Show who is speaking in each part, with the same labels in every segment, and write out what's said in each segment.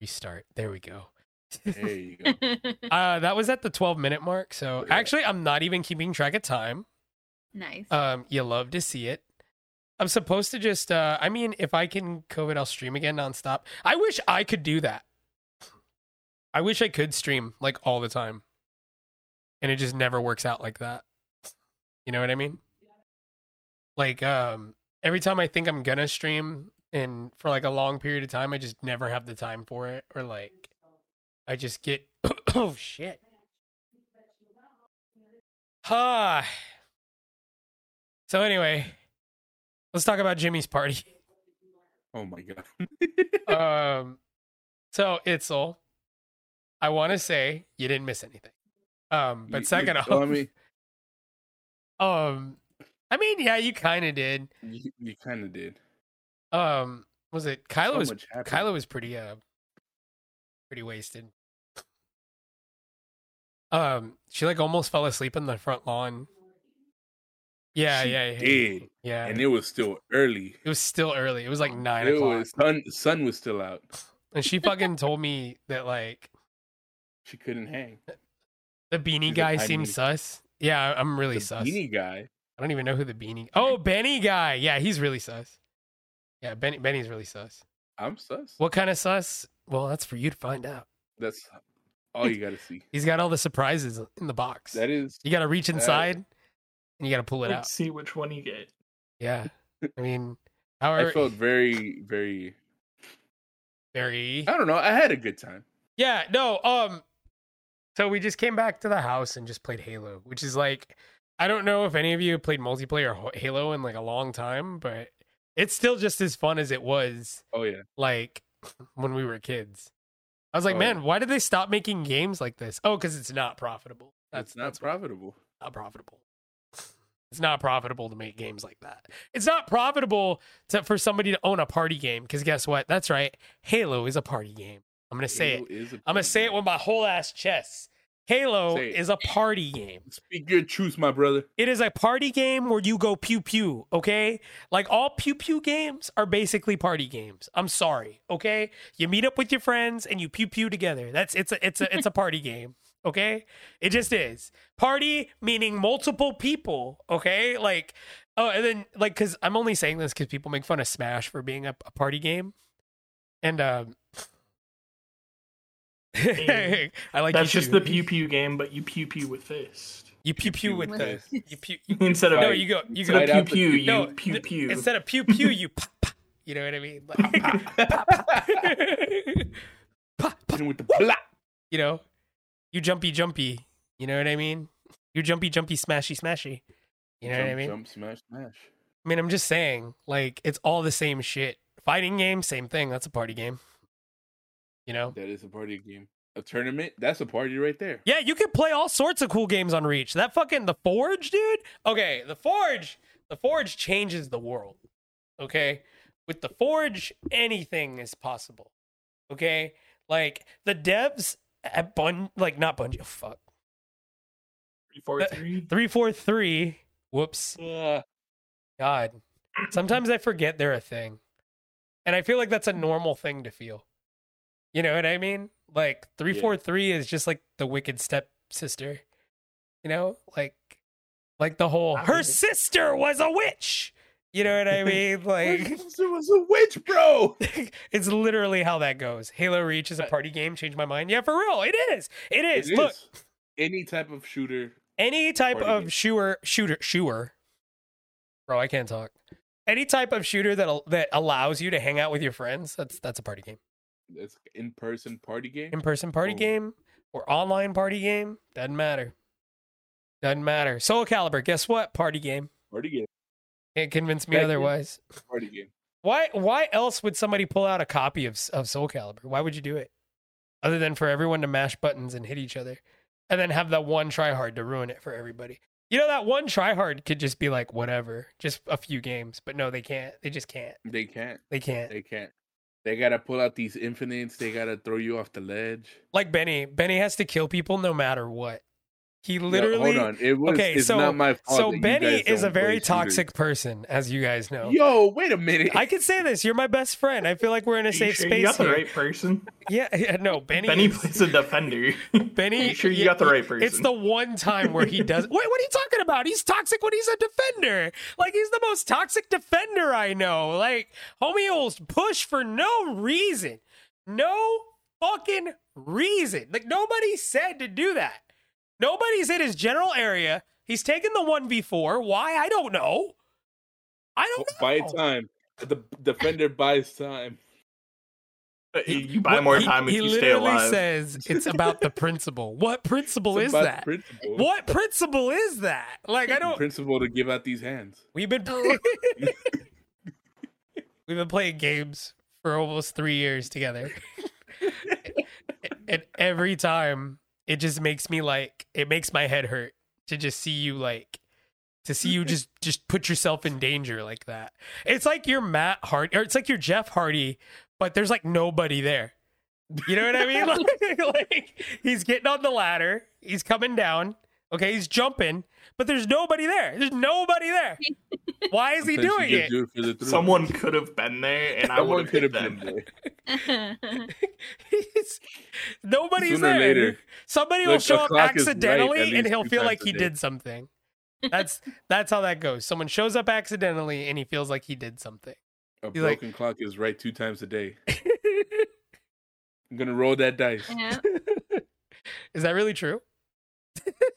Speaker 1: Restart. There we go.
Speaker 2: There you go.
Speaker 1: Uh, that was at the 12 minute mark. So
Speaker 2: Yeah.
Speaker 1: actually, I'm not even keeping track of time.
Speaker 3: nice.
Speaker 1: Um, you love to see it. I'm supposed to just. Uh, I mean, if I can COVID, I'll stream again nonstop. I wish I could do that. I wish I could stream like all the time, and it just never works out like that. You know what I mean? Like, um, every time I think I'm gonna stream and for like a long period of time, I just never have the time for it, or like, I just get oh shit. Ah. So anyway, let's talk about Jimmy's party.
Speaker 2: Oh my god.
Speaker 1: um, so Itzel, I want to say you didn't miss anything. Um, but
Speaker 2: You-
Speaker 1: second
Speaker 2: you
Speaker 1: off,
Speaker 2: telling me
Speaker 1: um, I mean, yeah, you kind of did.
Speaker 2: you, you kind of did.
Speaker 1: Um, was it Kylo
Speaker 2: so
Speaker 1: was
Speaker 2: much happened.
Speaker 1: Kylo was pretty uh pretty wasted. Um, she like almost fell asleep in the front lawn. Yeah,
Speaker 2: She
Speaker 1: yeah, yeah,
Speaker 2: did,
Speaker 1: yeah.
Speaker 2: and it was still early.
Speaker 1: it was still early. It was like nine
Speaker 2: It
Speaker 1: o'clock.
Speaker 2: was sun. Sun was still out.
Speaker 1: And she fucking told me that like
Speaker 2: She couldn't hang.
Speaker 1: the beanie
Speaker 2: She's like,
Speaker 1: guy
Speaker 2: "I
Speaker 1: seems
Speaker 2: need-
Speaker 1: sus. Yeah, I- I'm really
Speaker 2: the
Speaker 1: sus.
Speaker 2: beanie guy.
Speaker 1: I don't even know who the beanie. Oh, Benny guy. Yeah, he's really sus. Yeah, Benny Benny's really sus.
Speaker 2: I'm sus.
Speaker 1: What kind of sus? Well, that's for you to find out.
Speaker 2: That's all you gotta see.
Speaker 1: He's got all the surprises in the box.
Speaker 2: That is
Speaker 1: you got to reach inside and you got to pull it
Speaker 4: Let's
Speaker 1: out.
Speaker 4: see which one you get.
Speaker 1: Yeah. I mean, how
Speaker 2: I
Speaker 1: are
Speaker 2: felt very, very.
Speaker 1: very
Speaker 2: I don't know. I had a good time.
Speaker 1: Yeah, no, um so we just came back to the house and just played Halo, which is like I don't know if any of you have played multiplayer ho- Halo in like a long time, but it's still just as fun as it was
Speaker 2: Oh yeah,
Speaker 1: like when we were kids. I was like,
Speaker 2: Oh,
Speaker 1: man,
Speaker 2: yeah.
Speaker 1: why did they stop making games like this? Oh, because it's not profitable. That's
Speaker 2: that's not
Speaker 1: that's why
Speaker 2: profitable.
Speaker 1: it's not profitable. It's not profitable to make games like that. It's not profitable to, for somebody to own a party game. Because guess what? That's right. Halo is a party game. I'm gonna say it.
Speaker 2: Halo is a
Speaker 1: I'm gonna say it
Speaker 2: party
Speaker 1: with my whole ass chest. Halo
Speaker 2: Say it.
Speaker 1: is a party game.
Speaker 2: game. Speak your truth, my brother.
Speaker 1: It is a party game where you go pew pew, okay? Like all pew pew games are basically party games. I'm sorry, okay? You meet up with your friends and you pew pew together. That's it's a it's a it's a party game, okay? It just is. Party meaning multiple people, okay? Like oh, and then like cuz I'm only saying this cuz people make fun of Smash for being a, a party game. And um I
Speaker 4: Hey,
Speaker 1: like
Speaker 4: That's
Speaker 1: you
Speaker 4: just
Speaker 1: too.
Speaker 4: the pew pew game, but you pew pew with fist.
Speaker 1: you pew pew with
Speaker 3: with
Speaker 1: the
Speaker 2: this.
Speaker 1: you pew
Speaker 4: Instead of
Speaker 1: no,
Speaker 2: Right.
Speaker 1: you go you
Speaker 4: instead
Speaker 1: go
Speaker 2: Right
Speaker 4: of
Speaker 2: out
Speaker 4: pew
Speaker 2: the-
Speaker 4: pew,
Speaker 1: No,
Speaker 4: you pew
Speaker 1: th-
Speaker 4: pew.
Speaker 1: instead of pew pew you pop, pop. you know what i mean like, pop, pop,
Speaker 2: And with the plop.
Speaker 1: you know you jumpy jumpy you know what i mean you jumpy jumpy smashy smashy you know
Speaker 2: jump,
Speaker 1: what i mean
Speaker 2: Jump, smash, smash.
Speaker 1: i mean i'm just saying like it's all the same shit fighting game same thing that's a party game you know
Speaker 2: That is a party game. A tournament. That's a party right there.
Speaker 1: Yeah, you can play all sorts of cool games on Reach. That fucking the Forge, dude. Okay, the Forge, the Forge changes the world. Okay, with the Forge, anything is possible. Okay, like the devs at Bun, like not Bungie. oh, Fuck,
Speaker 4: Three, four, three.
Speaker 1: three four three. Whoops, God. Sometimes I forget they're a thing, and I feel like that's a normal thing to feel. You know what I mean? Like three
Speaker 2: Yeah.
Speaker 1: four three is just like the wicked stepsister. You know, like like the whole
Speaker 4: I
Speaker 1: her
Speaker 4: mean-
Speaker 1: sister was a witch. You know what I mean? Like
Speaker 2: There was a witch, bro.
Speaker 1: it's literally how that goes. Halo Reach is a party game. Change my mind. Yeah, for real, it is. It
Speaker 2: It
Speaker 1: is. Look,
Speaker 2: is. any type of shooter.
Speaker 1: any type
Speaker 2: Party
Speaker 1: of
Speaker 2: game.
Speaker 1: shooter shooter shooter bro i can't talk any type of shooter that al- that allows you to hang out with your friends that's that's a party game
Speaker 2: That's in person party game.
Speaker 1: in-person party
Speaker 2: Boom.
Speaker 1: game or online party game doesn't matter doesn't matter soul caliber guess what party game
Speaker 2: Party game.
Speaker 1: can't convince me
Speaker 2: Thank you.
Speaker 1: otherwise
Speaker 2: Party game.
Speaker 1: why why else would somebody pull out a copy of, S- of soul caliber why would you do it other than for everyone to mash buttons and hit each other and then have that one tryhard to ruin it for everybody you know that one tryhard could just be like whatever just a few games but no they can't they just can't
Speaker 2: They can't.
Speaker 1: they can't
Speaker 2: They can't. They gotta pull out these infinites. They gotta throw you off the ledge.
Speaker 1: like benny benny has to kill people no matter what He literally.
Speaker 2: hold on. It was,
Speaker 1: Okay,
Speaker 2: it's
Speaker 1: so-
Speaker 2: not my fault. that
Speaker 1: So
Speaker 2: you
Speaker 1: Benny
Speaker 2: guys
Speaker 1: is a
Speaker 2: don't play
Speaker 1: very
Speaker 2: shooters.
Speaker 1: toxic person, as you guys know.
Speaker 2: Yo, wait a minute.
Speaker 1: I can say this. You're my best friend. I feel like we're in a
Speaker 4: you
Speaker 1: safe
Speaker 4: sure you
Speaker 1: space
Speaker 4: got the
Speaker 1: here.
Speaker 4: right person.
Speaker 1: Yeah, yeah, no, Benny.
Speaker 4: Benny plays a defender.
Speaker 1: Benny,
Speaker 4: you sure you got the right person?
Speaker 1: It's the one time where he does. Wait, what are you talking about? He's toxic when he's a defender. Like he's the most toxic defender I know. Like homie will push for no reason, no fucking reason. Like nobody said to do that. Nobody's in his general area. He's taken the one v four. Why? I don't know. I don't know.
Speaker 2: Buy time. The defender buys time.
Speaker 4: Uh, you buy
Speaker 1: What-
Speaker 4: more
Speaker 1: he-
Speaker 4: time
Speaker 1: he
Speaker 4: if you stay
Speaker 1: literally
Speaker 4: alive.
Speaker 1: says it's about the principle. What principle
Speaker 2: It's
Speaker 1: is
Speaker 2: about
Speaker 1: that?
Speaker 2: Principle.
Speaker 1: What principle is that? Like I don't.
Speaker 2: Principle to give out these hands.
Speaker 1: We've been playing. We've been playing games for almost three years together, and every time it just makes me like it makes my head hurt to just see you like to see you just just put yourself in danger like that. It's like you're Matt Hardy or it's like you're Jeff Hardy, but there's like nobody there. You know what I mean? Like, like he's getting on the ladder, he's coming down. Okay, he's jumping, but there's nobody there. There's nobody there. Why is he
Speaker 2: Sometimes
Speaker 1: doing
Speaker 2: you
Speaker 1: it?
Speaker 2: just do for the thrill.
Speaker 4: Someone could have been there, and I
Speaker 2: Someone
Speaker 4: would
Speaker 2: could
Speaker 4: have
Speaker 2: have
Speaker 4: been
Speaker 2: been
Speaker 4: there.
Speaker 2: there.
Speaker 1: He's- nobody's
Speaker 2: Sooner or
Speaker 1: there.
Speaker 2: later,
Speaker 1: Somebody
Speaker 2: the-
Speaker 1: will
Speaker 2: the
Speaker 1: show up
Speaker 2: clock is right
Speaker 1: accidentally,
Speaker 2: at
Speaker 1: and
Speaker 2: least
Speaker 1: he'll
Speaker 2: two
Speaker 1: feel
Speaker 2: times
Speaker 1: like
Speaker 2: a
Speaker 1: he
Speaker 2: day.
Speaker 1: did something. That's that's how that goes. Someone shows up accidentally, and he feels like he did something.
Speaker 2: A
Speaker 1: He's like-
Speaker 2: broken clock is right two times a day. I'm gonna roll that dice.
Speaker 3: yeah.
Speaker 1: Is that really true?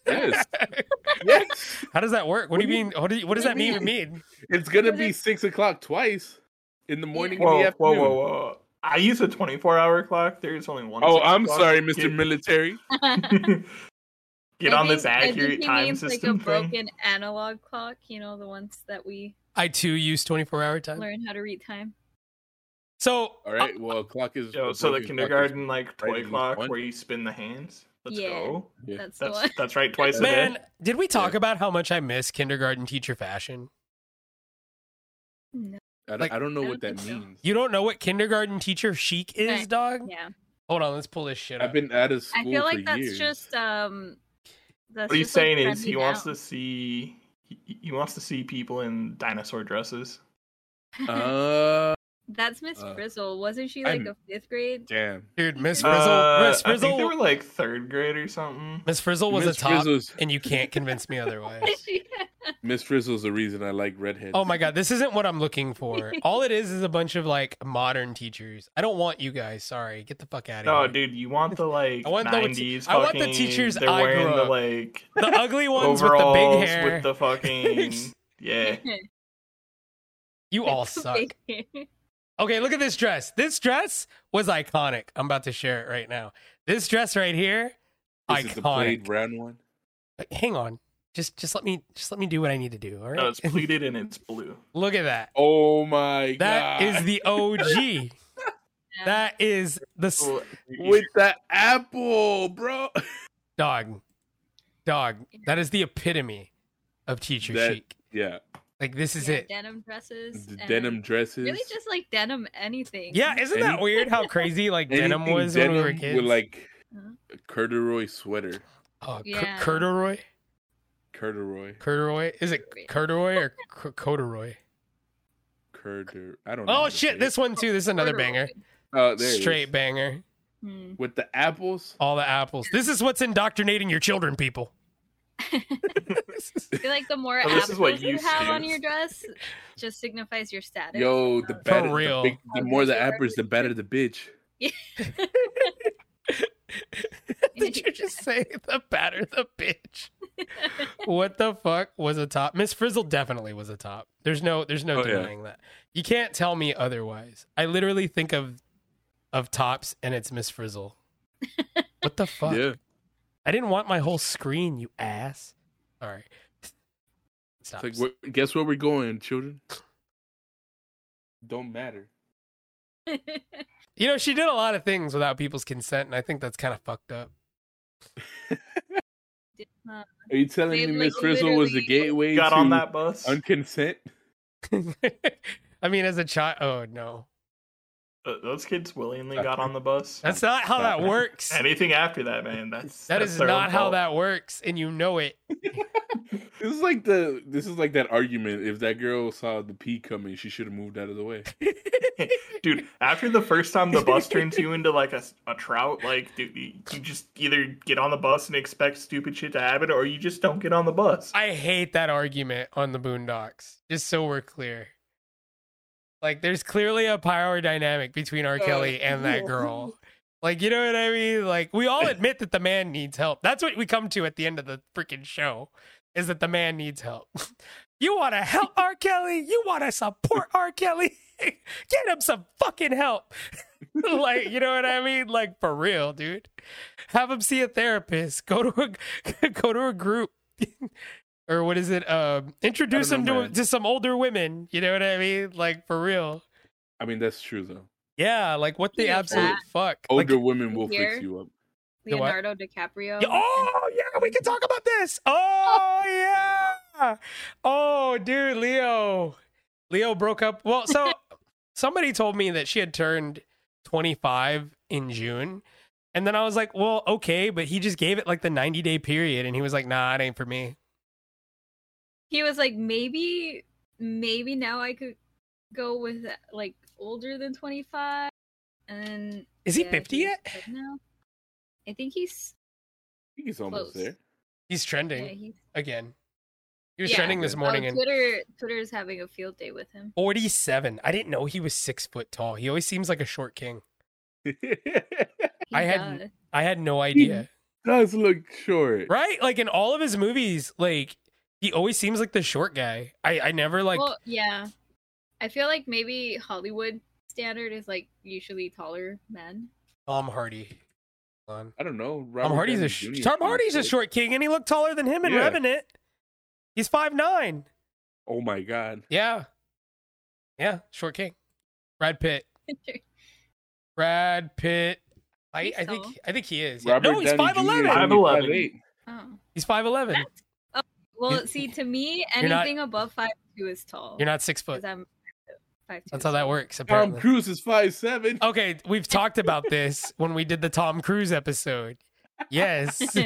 Speaker 2: Yes,
Speaker 1: yes. How does that work? What,
Speaker 2: What
Speaker 1: do
Speaker 2: do
Speaker 1: you
Speaker 2: you-
Speaker 1: mean? What, do you, what does
Speaker 3: what
Speaker 1: that
Speaker 3: do you
Speaker 1: mean? mean?
Speaker 2: it's gonna be six o'clock twice in the morning and the
Speaker 4: Whoa, whoa,
Speaker 2: afternoon.
Speaker 4: whoa, whoa! I use a 24-hour clock. There's only one.
Speaker 2: Oh,
Speaker 4: six
Speaker 2: I'm
Speaker 4: o'clock.
Speaker 2: sorry, Mr.
Speaker 4: Get-
Speaker 2: Military.
Speaker 4: Get
Speaker 3: I think-
Speaker 4: on this
Speaker 3: I think
Speaker 4: accurate
Speaker 3: he
Speaker 4: time
Speaker 3: means,
Speaker 4: system
Speaker 3: Like a broken
Speaker 4: thing.
Speaker 3: analog clock, you know, the ones that we
Speaker 1: I too use twenty four hour time.
Speaker 3: learn how to read time.
Speaker 1: So uh,
Speaker 2: All right, well, a clock is.
Speaker 4: Yo,
Speaker 2: a
Speaker 4: so
Speaker 2: broken
Speaker 4: the
Speaker 2: clock is-
Speaker 4: kindergarten like
Speaker 2: right
Speaker 4: toy
Speaker 2: in
Speaker 4: clock
Speaker 2: one.
Speaker 4: where you spin the hands. Let's
Speaker 3: Yeah.
Speaker 4: go.
Speaker 2: Yeah.
Speaker 3: That's the
Speaker 4: That's
Speaker 3: one.
Speaker 4: that's right. Twice a
Speaker 1: man,
Speaker 4: day.
Speaker 1: did we talk about how much I miss kindergarten teacher fashion?
Speaker 3: No.
Speaker 2: I don't,
Speaker 1: like-
Speaker 2: I don't know
Speaker 3: I
Speaker 2: what
Speaker 3: don't
Speaker 2: that
Speaker 3: think so.
Speaker 2: means.
Speaker 1: You don't know what kindergarten teacher chic is,
Speaker 3: Okay.
Speaker 1: dog?
Speaker 3: Yeah.
Speaker 1: Hold on, let's pull this shit up.
Speaker 2: I've been out of school
Speaker 3: I feel
Speaker 2: for
Speaker 3: like that's
Speaker 2: years.
Speaker 3: just um that's
Speaker 4: What he's
Speaker 3: just, like,
Speaker 4: saying is he
Speaker 3: trending
Speaker 4: wants
Speaker 3: now.
Speaker 4: to see he, he wants to see people in dinosaur dresses.
Speaker 2: Uh,
Speaker 3: That's Miss
Speaker 2: uh,
Speaker 3: Frizzle. Wasn't she like
Speaker 2: I'm-
Speaker 3: a fifth grade?
Speaker 2: damn.
Speaker 1: Dude, Miss Frizzle,
Speaker 4: Uh,
Speaker 1: Miss
Speaker 4: I think they
Speaker 1: Frizzle,
Speaker 4: were like third grade or something.
Speaker 1: Miss Frizzle was
Speaker 2: Miss
Speaker 1: a top,
Speaker 2: Frizzle's,
Speaker 1: and you can't convince me otherwise.
Speaker 2: Miss Frizzle's the reason I like redheads.
Speaker 1: Oh my god, this isn't what I'm looking for. All it is is a bunch of like modern teachers. I don't want you guys. Sorry, get the fuck out of
Speaker 4: No,
Speaker 1: here.
Speaker 4: dude, you want the like
Speaker 1: I want the-
Speaker 4: nineties.
Speaker 1: I want the teachers
Speaker 4: They're
Speaker 1: I
Speaker 4: wearing
Speaker 1: grew
Speaker 4: the
Speaker 1: up.
Speaker 4: like
Speaker 1: The ugly ones with the
Speaker 4: overalls
Speaker 1: big hair.
Speaker 4: with the fucking yeah.
Speaker 1: you all suck. Okay, look at this dress. This dress was iconic. I'm about to share it right now. This dress right here,
Speaker 2: Is it the plaid
Speaker 1: iconic.
Speaker 2: brown one?
Speaker 1: Like, Hang on, just just let me just let me do what I need to do. All right.
Speaker 4: No, it's pleated and it's blue.
Speaker 1: look at that.
Speaker 2: Oh my
Speaker 1: That
Speaker 2: god.
Speaker 1: is the OG. that is the s-
Speaker 4: Well,
Speaker 2: with the apple, bro.
Speaker 1: dog dog that is the epitome of teacher
Speaker 2: That-
Speaker 1: chic
Speaker 2: Yeah,
Speaker 1: like this is
Speaker 3: Yeah,
Speaker 1: it
Speaker 3: Denim dresses.
Speaker 2: the
Speaker 3: and
Speaker 2: denim dresses.
Speaker 3: uh, Really, just like denim anything.
Speaker 1: yeah isn't that
Speaker 2: Any-
Speaker 1: weird how crazy like denim
Speaker 2: Anything
Speaker 1: was when we were
Speaker 2: denim
Speaker 1: kids
Speaker 2: With like
Speaker 3: Mhm.
Speaker 2: a corduroy sweater,
Speaker 1: oh,
Speaker 3: Yeah.
Speaker 1: cur- corduroy
Speaker 2: corduroy,
Speaker 1: corduroy is it corduroy or c- corduroy
Speaker 2: corduroy. I don't know. how
Speaker 1: oh
Speaker 2: to say
Speaker 1: shit
Speaker 2: it.
Speaker 1: this one too this is another
Speaker 3: Corduroy.
Speaker 1: banger
Speaker 2: Oh, there it is.
Speaker 1: straight banger
Speaker 3: Hmm.
Speaker 2: with the apples.
Speaker 1: all the apples this is what's indoctrinating your children people
Speaker 3: I feel like the more
Speaker 4: Oh,
Speaker 3: apples
Speaker 4: this is what
Speaker 3: you
Speaker 4: you
Speaker 3: have
Speaker 4: see.
Speaker 3: on your dress, just signifies your status.
Speaker 2: Yo, the better,
Speaker 1: real.
Speaker 2: The, big,
Speaker 3: Oh,
Speaker 2: the more the apples, the better the bitch.
Speaker 1: Did you just say the batter the bitch? what the fuck was a top? Miss Frizzle definitely was a top. There's no there's no
Speaker 2: Oh, yeah.
Speaker 1: denying that. You can't tell me otherwise. I literally think of of tops and it's Miss Frizzle. what the fuck?
Speaker 2: Yeah,
Speaker 1: I didn't want my whole screen, you ass. All right. Stop.
Speaker 2: it's like where- guess where we're going, children. Don't matter.
Speaker 1: you know, she did a lot of things without people's consent, and I think that's kind of fucked up.
Speaker 3: Uh,
Speaker 2: Are you telling
Speaker 3: They,
Speaker 2: me
Speaker 3: like,
Speaker 2: Miss Frizzle was the
Speaker 3: literally
Speaker 2: gateway
Speaker 4: got
Speaker 2: to
Speaker 4: on that bus.
Speaker 2: unconsent?
Speaker 1: I mean, as a child, oh no.
Speaker 4: th- Uh, those kids willingly got on the bus.
Speaker 1: That's not how that works.
Speaker 4: Anything after that, man, that's
Speaker 1: That
Speaker 4: that's
Speaker 1: is
Speaker 4: their own
Speaker 1: not how
Speaker 4: fault.
Speaker 1: that works, and you know it.
Speaker 2: This is like the this is like that argument. If that girl saw the pee coming, she should have moved out of the way.
Speaker 4: dude. After the first time the bus turns you into like a, s- a trout, like dude, you you just either get on the bus and expect stupid shit to happen, or you just don't get on the bus.
Speaker 1: I hate that argument on the Boondocks. Just so we're clear, like there's clearly a power dynamic between
Speaker 4: Oh,
Speaker 1: R. Kelly and that girl. Like you know what I mean? Like we all admit that the man needs help. That's what we come to at the end of the freaking show, is that the man needs help. You want to help R. Kelly? You want to support R. Kelly? Get him some fucking help. like you know what I mean? Like for real, dude. Have him see a therapist. Go to a go to a group. or what is it? Um, introduce
Speaker 2: I
Speaker 1: him
Speaker 2: don't know,
Speaker 1: to
Speaker 2: man.
Speaker 1: to some older women. You know what I mean? Like for real.
Speaker 2: I mean, that's true though.
Speaker 1: Yeah, like what the
Speaker 3: Yeah,
Speaker 1: absolute
Speaker 3: that.
Speaker 1: fuck.
Speaker 2: Older
Speaker 1: Like,
Speaker 2: women will
Speaker 3: Here.
Speaker 2: fix you up.
Speaker 1: The what?
Speaker 3: Leonardo DiCaprio.
Speaker 1: Yeah, oh yeah, we can talk about this. Oh yeah. Oh dude, Leo. Leo broke up. Well, so somebody told me that she had turned 25 in June. And then I was like, well, okay, but he just gave it like the 90 day period. And he was like, nah, it ain't for me.
Speaker 3: He was like, maybe, maybe now I could go with like older than 25. And
Speaker 1: Is he
Speaker 3: yeah,
Speaker 1: 50 yet?
Speaker 3: said No. I think he's.
Speaker 2: I think it's almost
Speaker 3: Close.
Speaker 2: there.
Speaker 1: He's
Speaker 3: Yeah,
Speaker 1: trending
Speaker 3: he's
Speaker 1: again. He was
Speaker 3: Yeah.
Speaker 1: trending this
Speaker 2: Oh,
Speaker 1: morning
Speaker 3: oh,
Speaker 1: and
Speaker 3: Twitter, Twitter is having a field day with him.
Speaker 1: 47. I didn't know he was six foot tall. He always seems like a short king.
Speaker 3: He
Speaker 1: I had-
Speaker 3: does.
Speaker 1: I had no idea.
Speaker 2: Does look short.
Speaker 1: right like in all of his movies like he always seems like the short guy i i never like
Speaker 3: well, yeah. I feel like maybe Hollywood standard is like usually taller men.
Speaker 1: tom hardy Hold on.
Speaker 2: I don't know.
Speaker 1: tom
Speaker 2: Robert
Speaker 1: hardy's
Speaker 2: Downey
Speaker 1: a sh-
Speaker 2: Jr.
Speaker 1: tom hardy's a
Speaker 2: seems
Speaker 1: short king and he looked taller than him in
Speaker 2: Yeah.
Speaker 1: revenant he's five nine
Speaker 2: like- Oh my god.
Speaker 1: yeah yeah short king brad pitt brad pitt I,
Speaker 3: He's
Speaker 1: I think
Speaker 3: tall.
Speaker 1: I think he is. Yeah.
Speaker 2: Robert
Speaker 1: No, he's
Speaker 2: Downey
Speaker 1: five
Speaker 2: Jr. is only
Speaker 1: eleven.
Speaker 4: 5'11.
Speaker 2: 5'8.
Speaker 3: oh.
Speaker 1: He's five eleven.
Speaker 3: Well, see, to me,
Speaker 1: You're not-
Speaker 3: anything above five two is tall.
Speaker 1: You're not six foot.
Speaker 3: 'Cause I'm five two.
Speaker 1: That's how that works.
Speaker 2: Tom
Speaker 1: Apparently.
Speaker 2: Cruise is five seven.
Speaker 1: Okay, we've talked about this when we did the Tom Cruise episode. Yes, he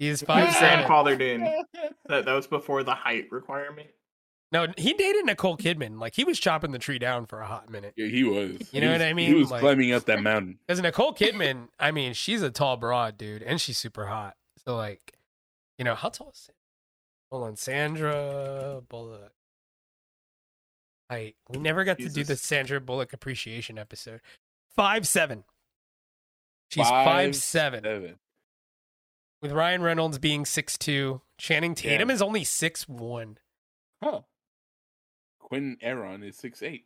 Speaker 1: is
Speaker 4: You
Speaker 1: five seven.
Speaker 4: grandfathered in. That that was before the height requirement.
Speaker 1: No, he dated Nicole Kidman. Like he was chopping the tree down for a hot minute.
Speaker 2: Yeah, he was.
Speaker 1: You
Speaker 2: He
Speaker 1: know
Speaker 2: was-
Speaker 1: what I mean?
Speaker 2: He was
Speaker 1: Like-
Speaker 2: climbing up that mountain.
Speaker 1: Because Nicole Kidman, I mean, she's a tall broad, dude, and she's super hot. So like, you know, how tall is Sandra? Hold on, Sandra Bullock. I we never got to do the
Speaker 4: Jesus.
Speaker 1: Sandra Bullock appreciation episode. Five seven. She's
Speaker 2: Five,
Speaker 1: five, seven.
Speaker 2: Seven.
Speaker 1: With Ryan Reynolds being six two. Channing Tatum
Speaker 2: Yeah.
Speaker 1: is only six one.
Speaker 2: Huh. Quentin Aaron is six eight.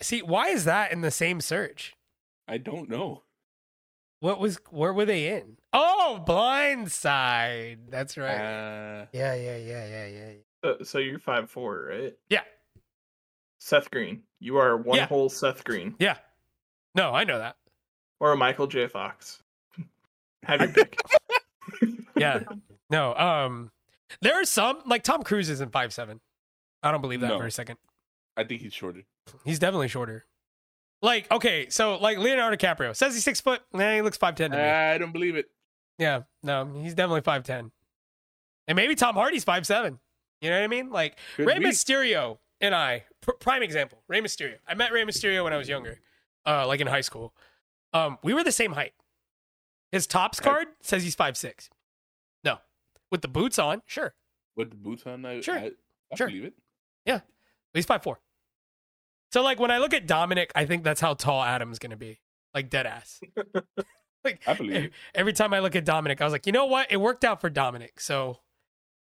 Speaker 1: See, why is that in the same search?
Speaker 2: I don't know.
Speaker 1: What was where were they in? Oh, Blindside. That's right.
Speaker 2: Uh,
Speaker 1: yeah, yeah, yeah, yeah, yeah.
Speaker 4: So, so you're five four, right?
Speaker 1: Yeah.
Speaker 4: Seth Green, you are one
Speaker 1: Yeah.
Speaker 4: whole Seth Green
Speaker 1: Yeah. No, I know that.
Speaker 4: or a Michael J. Fox. Have your pick.
Speaker 1: Yeah. no. Um there are some like Tom Cruise isn't five seven. I don't believe that
Speaker 2: No.
Speaker 1: for a second.
Speaker 2: I think he's shorter.
Speaker 1: He's definitely shorter. Like, okay, so like Leonardo DiCaprio says he's six foot, nah, he looks five ten to me.
Speaker 2: I don't believe it.
Speaker 1: Yeah, no, he's definitely five ten. And maybe Tom Hardy's five seven. You know what I mean? Like
Speaker 2: Could
Speaker 1: Ray
Speaker 2: be.
Speaker 1: Mysterio and I, pr- prime example, Ray Mysterio. I met Ray Mysterio when I was younger, uh, like in high school. Um, we were the same height. His tops
Speaker 2: Okay.
Speaker 1: card says he's five six. No, with the boots on, sure,
Speaker 2: With the boots on, I,
Speaker 1: Sure.
Speaker 2: I, I
Speaker 1: Sure.
Speaker 2: believe it.
Speaker 1: he's five four. So like when I look at Dominic, I think that's how tall Adam's gonna be, like dead ass. like
Speaker 2: I believe it.
Speaker 1: every time I look at Dominic, I was like, you know what? It worked out for Dominic. So,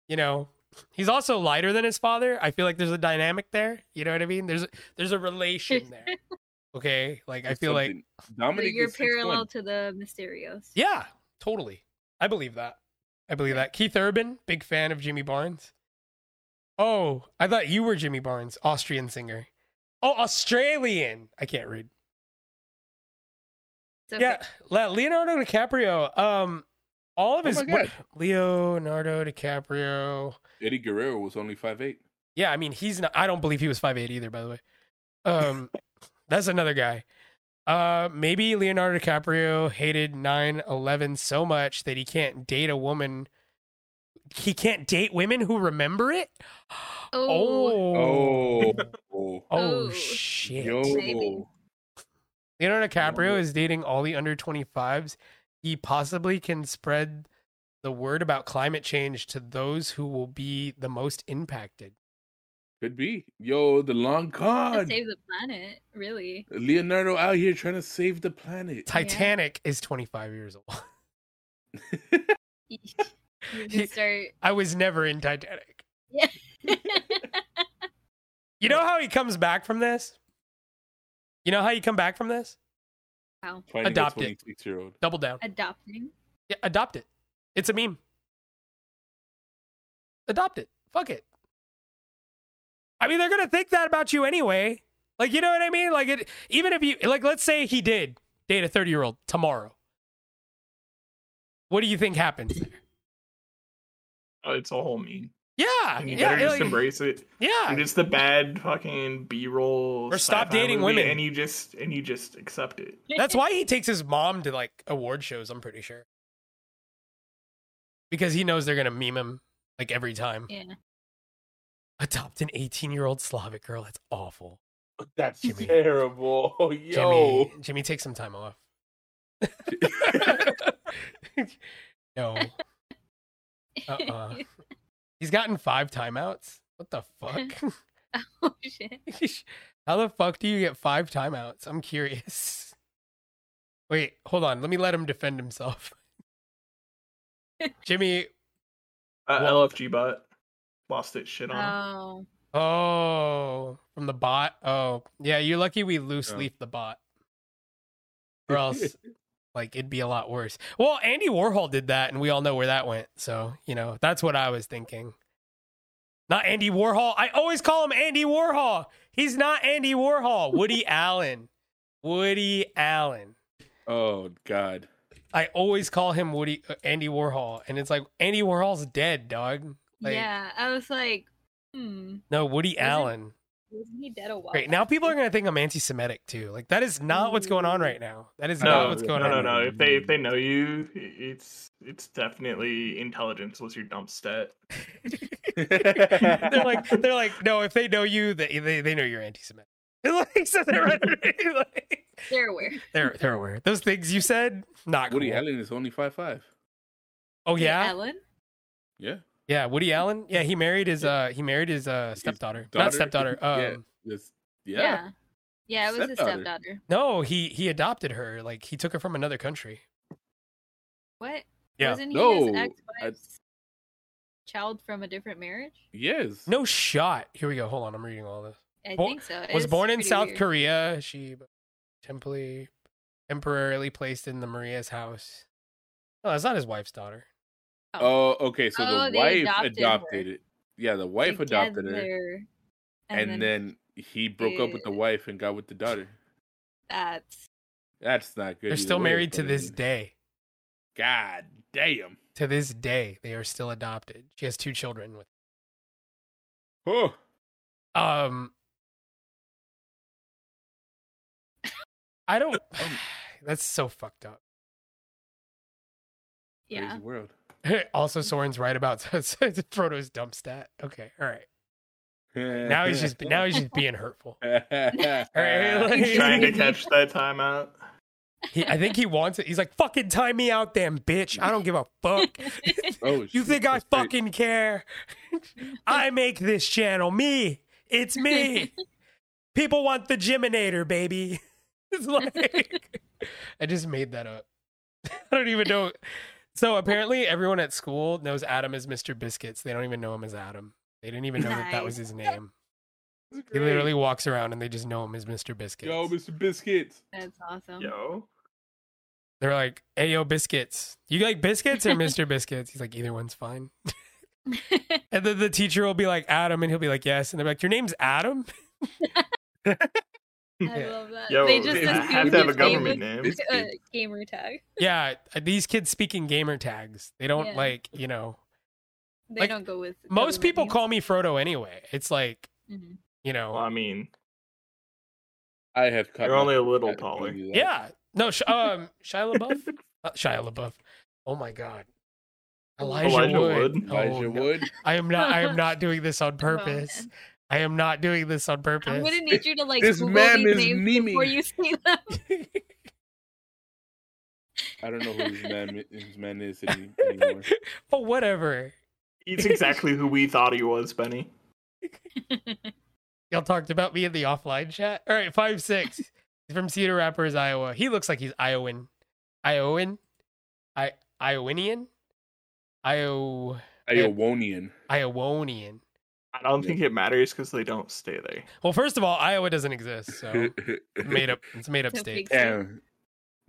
Speaker 1: you know, he's also lighter than his father. I feel like there's a dynamic there. You know what I mean? There's there's a relation there. Okay, like I
Speaker 2: It's
Speaker 1: feel like
Speaker 2: something. Dominic
Speaker 3: you're
Speaker 2: is 6'1".
Speaker 3: parallel to the Mysterios.
Speaker 1: yeah, totally. I believe that. I believe that. Keith Urban, big fan of Jimmy Barnes. Oh, I thought you were Jimmy Barnes, Austrian singer. Oh, Australian. I can't read.
Speaker 3: It's okay.
Speaker 1: Yeah, Le- Leonardo DiCaprio. Um, all of
Speaker 2: Oh
Speaker 1: his
Speaker 2: my God.
Speaker 1: Leonardo DiCaprio.
Speaker 2: Eddie Guerrero was only five eight.
Speaker 1: Yeah, I mean he's not. I don't believe he was five eight either. By the way, um, that's another guy. Uh, maybe Leonardo DiCaprio hated 9/11 so much that he can't date a woman. He can't date women who remember it.
Speaker 3: Oh,
Speaker 1: Oh, oh,
Speaker 2: Oh,
Speaker 3: Oh.
Speaker 1: shit!
Speaker 2: yo.
Speaker 3: Maybe.
Speaker 1: Leonardo DiCaprio is dating all the under 25s. He possibly can spread the word about climate change to those who will be the most impacted.
Speaker 2: Could be. Yo, the long
Speaker 3: to
Speaker 2: con.
Speaker 3: save the planet, really.
Speaker 2: Leonardo out here trying to save the planet.
Speaker 1: Titanic is 25 years old.
Speaker 3: You just start.
Speaker 1: I was never in Titanic.
Speaker 3: yeah,
Speaker 1: You know how he comes back from this? You know how you come back from this?
Speaker 2: Finding
Speaker 1: Adopt it.
Speaker 2: a 26 year old.
Speaker 1: Double down.
Speaker 3: adopting.
Speaker 1: Yeah, adopt it. It's a meme. Adopt it. Fuck it. I mean, they're gonna think that about you anyway. Like, you know what I mean? Like, it even if you like, let's say he did date a thirty-year-old tomorrow. What do you think happens? there?
Speaker 4: Oh, it's a whole meme.
Speaker 1: Yeah,
Speaker 4: And you
Speaker 1: yeah,
Speaker 4: better just
Speaker 1: like-
Speaker 4: embrace it.
Speaker 1: yeah.
Speaker 4: Dude, it's the bad fucking B roll.
Speaker 1: Or stop dating women.
Speaker 4: and you just and you just accept it.
Speaker 1: That's why he takes his mom to like award shows. I'm pretty sure because he knows they're gonna meme him like every time.
Speaker 3: Yeah.
Speaker 1: Adopt an 18-year-old Slavic girl. That's awful.
Speaker 2: That's
Speaker 1: Jimmy.
Speaker 2: terrible. Yo.
Speaker 1: Jimmy, Jimmy, take some time off. no. Uh-uh. He's gotten five timeouts. What the fuck?
Speaker 3: oh shit.
Speaker 1: How the fuck do you get five timeouts? I'm curious. Wait, hold on. Let me let him defend himself. Jimmy,
Speaker 4: Uh,
Speaker 1: Well-
Speaker 4: LFG bot lost its
Speaker 1: Uh-huh.
Speaker 4: shit on. him.
Speaker 3: Oh.
Speaker 1: oh, from the bot. Oh, yeah, you're lucky we loose
Speaker 2: Yeah.
Speaker 1: leaf the bot. Or else, like, it'd be a lot worse. Well, Andy Warhol did that, and we all know where that went. So, you know, that's what I was thinking. Not Andy Warhol. I always call him Andy Warhol. He's not Andy Warhol. Woody Allen. Woody Allen.
Speaker 2: Oh, God.
Speaker 1: I always call him Woody uh, Andy Warhol, and it's like Andy Warhol's dead, dog. Like,
Speaker 3: yeah, I was like, hmm,
Speaker 1: No, Woody
Speaker 3: Wasn't-
Speaker 1: Allen.
Speaker 3: wasn't he dead a while?
Speaker 1: Great. Now people are gonna think I'm anti-Semitic too. Like that is not what's going on right now. That is
Speaker 4: No,
Speaker 1: not what's going
Speaker 4: no,
Speaker 1: on.
Speaker 4: no,
Speaker 1: right
Speaker 4: no. If they if they know you, i- it's it's definitely intelligence was your dump stat.
Speaker 1: now. They're like, they're like, no. If they know you, they they, they know you're anti-Semitic. Like, so they're, already, like,
Speaker 3: They're aware.
Speaker 1: they're they're aware. Those things you said, not
Speaker 2: Woody
Speaker 1: cool.
Speaker 2: Allen is only five five.
Speaker 1: Oh yeah,
Speaker 3: Ellen?
Speaker 2: Yeah.
Speaker 1: yeah. Woody Allen. Yeah, he married his uh he married his uh stepdaughter,
Speaker 2: daughter?
Speaker 1: not stepdaughter. Um,
Speaker 2: Yeah. That's- yeah.
Speaker 3: Yeah. Yeah, it was his
Speaker 2: Stepdaughter.
Speaker 3: stepdaughter.
Speaker 1: no, he he adopted her. Like he took her from another country.
Speaker 3: What?
Speaker 1: Yeah.
Speaker 3: Wasn't he his
Speaker 2: No,
Speaker 3: ex wife's child from a different marriage?
Speaker 2: Yes.
Speaker 1: No shot. Here we go. Hold on, I'm reading all this.
Speaker 3: I
Speaker 1: Bo-
Speaker 3: think so. It
Speaker 1: was
Speaker 3: is
Speaker 1: born in
Speaker 3: pretty
Speaker 1: South
Speaker 3: weird.
Speaker 1: Korea. She temporarily temporarily placed in the Maria's house. No, that's not his wife's daughter.
Speaker 2: Oh, okay. So
Speaker 3: Oh,
Speaker 2: the
Speaker 3: they
Speaker 2: wife
Speaker 3: adopted
Speaker 2: adopted,
Speaker 3: her.
Speaker 2: it. Yeah, the wife adopted her,
Speaker 3: Together.
Speaker 2: and, then, he broke up with the
Speaker 3: Dude.
Speaker 2: wife and got with the daughter.
Speaker 3: that's
Speaker 2: That's not good.
Speaker 1: They're
Speaker 2: either
Speaker 1: still
Speaker 2: way,
Speaker 1: married to
Speaker 2: but I
Speaker 1: this
Speaker 2: mean,
Speaker 1: day.
Speaker 2: God damn.
Speaker 1: To this day, they are still adopted. She has two children with.
Speaker 2: Oh,
Speaker 1: Um, I don't. that's so fucked up.
Speaker 3: yeah.
Speaker 2: crazy world.
Speaker 1: also, Soren's right about Frodo's dump stat. Okay, all right. Now he's just now he's just being hurtful. Uh,
Speaker 4: He's trying to catch that timeout.
Speaker 1: He, I think he wants it. He's like, "Fucking time me out, damn bitch! I don't give a fuck."
Speaker 2: oh,
Speaker 1: You
Speaker 2: shit,
Speaker 1: think I
Speaker 2: that's right.
Speaker 1: fucking care? I make this channel. Me. It's me. People want the Giminator, baby. It's like I just made that up. I don't even know. So apparently everyone at school knows Adam as Mr. Biscuits. They don't even know him as Adam. They didn't even know that that was his name.
Speaker 2: That's
Speaker 1: He
Speaker 2: great.
Speaker 1: literally walks around and they just know him as Mr. Biscuits.
Speaker 2: Yo, Mr. Biscuits.
Speaker 3: That's awesome.
Speaker 4: Yo,
Speaker 1: They're like, "Hey, yo, biscuits. You like biscuits or Mr. Biscuits?" He's like, "Either one's fine." And then the teacher will be like, Adam, and he'll be like, yes. And they're like, your name's Adam?
Speaker 3: I
Speaker 1: Yeah.
Speaker 3: love that.
Speaker 4: yo,
Speaker 3: they just
Speaker 4: I have
Speaker 3: assumed
Speaker 4: to have a
Speaker 3: his
Speaker 4: government
Speaker 3: name
Speaker 4: name.
Speaker 2: It's-
Speaker 3: was a uh, gamer tag.
Speaker 1: yeah, uh, these kids speaking gamer tags. They don't
Speaker 3: Yeah.
Speaker 1: like, you know,
Speaker 3: They
Speaker 1: Like,
Speaker 3: don't go with
Speaker 1: most
Speaker 3: government
Speaker 1: people
Speaker 3: names. Mm-hmm.
Speaker 1: call me Frodo anyway. It's like,
Speaker 3: Mhm.
Speaker 1: you know,
Speaker 4: Well, I mean,
Speaker 2: I have caught.
Speaker 4: You're only a little
Speaker 2: I-
Speaker 4: taller.
Speaker 2: I-
Speaker 1: Yeah. No, Sh- um, Shia LaBeouf. Uh, Shia LaBeouf. Oh my God. Elijah,
Speaker 4: Elijah
Speaker 1: Wood.
Speaker 4: Wood.
Speaker 1: Oh,
Speaker 2: Elijah
Speaker 1: no.
Speaker 2: Wood.
Speaker 1: I am not. I am not doing this on
Speaker 3: Come on,
Speaker 1: purpose.
Speaker 3: man.
Speaker 1: I am not doing this on purpose.
Speaker 3: I'm gonna need you to like
Speaker 2: This
Speaker 3: Google
Speaker 2: man is
Speaker 3: these names
Speaker 2: memeing.
Speaker 3: before you see them.
Speaker 2: I don't know who his man, mi- his man is any- anymore.
Speaker 1: oh, whatever.
Speaker 4: He's exactly who we thought he was, Benny.
Speaker 1: Y'all talked about me in the offline chat. All right, five six. He's from Cedar Rapids, Iowa. He looks like he's Iowan, Iowan, I Iowanian, Io
Speaker 2: Iowonian.
Speaker 1: Iowanian.
Speaker 4: I don't think it matters because they don't stay there.
Speaker 1: Well, first of all, Iowa doesn't exist, so made up. It's a made up
Speaker 3: So
Speaker 1: state.
Speaker 3: big-
Speaker 2: Damn.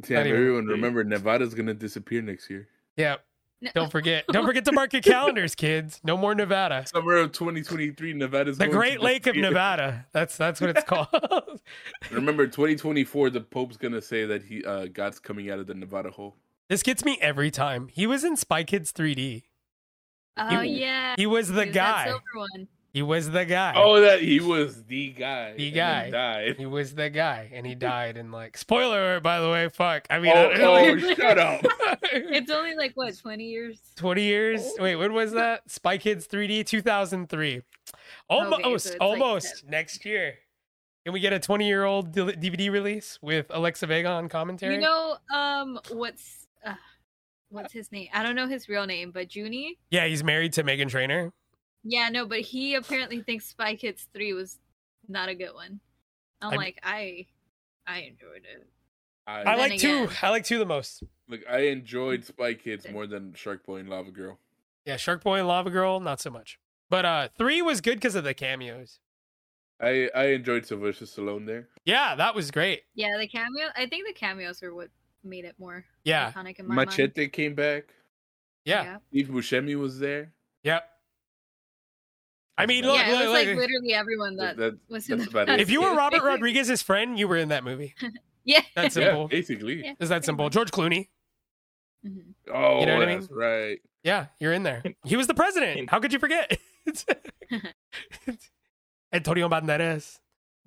Speaker 2: Damn,
Speaker 1: Not even-
Speaker 2: everyone remember Nevada's gonna disappear next year.
Speaker 1: Yeah.
Speaker 3: No.
Speaker 1: Don't forget. Don't forget to mark your calendars, kids. No more Nevada.
Speaker 2: Summer of 2023, Nevada's
Speaker 1: The
Speaker 2: going to
Speaker 1: Great Lake of
Speaker 2: disappear.
Speaker 1: Nevada. That's that's what it's called.
Speaker 2: Remember, 2024, the Pope's gonna say that he uh, God's coming out of the Nevada hole.
Speaker 1: this gets me every time. He was in Spy Kids 3D.
Speaker 3: Oh
Speaker 2: He-
Speaker 3: yeah.
Speaker 1: He was the
Speaker 3: He was that
Speaker 1: guy.
Speaker 3: silver one.
Speaker 1: He was the guy.
Speaker 2: Oh, that he was the guy.
Speaker 1: The
Speaker 2: and
Speaker 1: guy.
Speaker 2: then died.
Speaker 1: He was the guy, and he died. And like, spoiler alert, by the way, fuck. I mean,
Speaker 2: Oh,
Speaker 1: I
Speaker 2: oh,
Speaker 1: don't know.
Speaker 2: shut up.
Speaker 3: It's only like what twenty years.
Speaker 1: 20 years. Wait, when was that? Spy Kids 3D, 2003. Almost,
Speaker 3: Okay, so it's like
Speaker 1: almost next year. Can we get a 20 year old DVD release with Alexa Vega on commentary?
Speaker 3: You know, um, what's uh, what's his name? I don't know his real name, but Junie.
Speaker 1: yeah, he's married to Megan Trainor.
Speaker 3: Yeah, no, but he apparently thinks Spy Kids Three was not a good one. I'm
Speaker 1: I'm-
Speaker 3: like, I, I enjoyed it.
Speaker 2: I,
Speaker 1: I
Speaker 3: then
Speaker 1: like two.
Speaker 3: again-
Speaker 1: I like two the most.
Speaker 2: look, I enjoyed Spy Kids more than Shark Boy and Lava Girl.
Speaker 1: Yeah, Shark Boy and Lava Girl, not so much. But uh three was good because of the cameos.
Speaker 2: I I enjoyed Sylvester Stallone there.
Speaker 1: Yeah, that was great.
Speaker 3: Yeah, the cameo. I think the cameos are what made it more
Speaker 1: Yeah,
Speaker 3: iconic in my mind.
Speaker 2: Machete came back.
Speaker 1: yeah,
Speaker 2: Steve Buscemi was there.
Speaker 1: yep. I mean,
Speaker 2: Yeah,
Speaker 1: look,
Speaker 3: yeah, it
Speaker 1: look,
Speaker 3: was like
Speaker 1: look.
Speaker 3: literally everyone that,
Speaker 2: That-
Speaker 3: was in
Speaker 2: that's
Speaker 3: the
Speaker 2: about it.
Speaker 1: if you were
Speaker 3: movie.
Speaker 1: Robert Rodriguez's friend, you were in that movie.
Speaker 3: yeah,
Speaker 1: That's
Speaker 2: Yeah,
Speaker 1: simple.
Speaker 2: basically.
Speaker 3: Yeah,
Speaker 1: Is that
Speaker 3: pretty
Speaker 1: simple?
Speaker 3: much.
Speaker 1: George Clooney.
Speaker 3: Mhm.
Speaker 2: Oh,
Speaker 1: You know what I
Speaker 2: that's
Speaker 1: mean?
Speaker 2: right.
Speaker 1: Yeah, you're in there. He was the president. How could you forget? Antonio Banderas.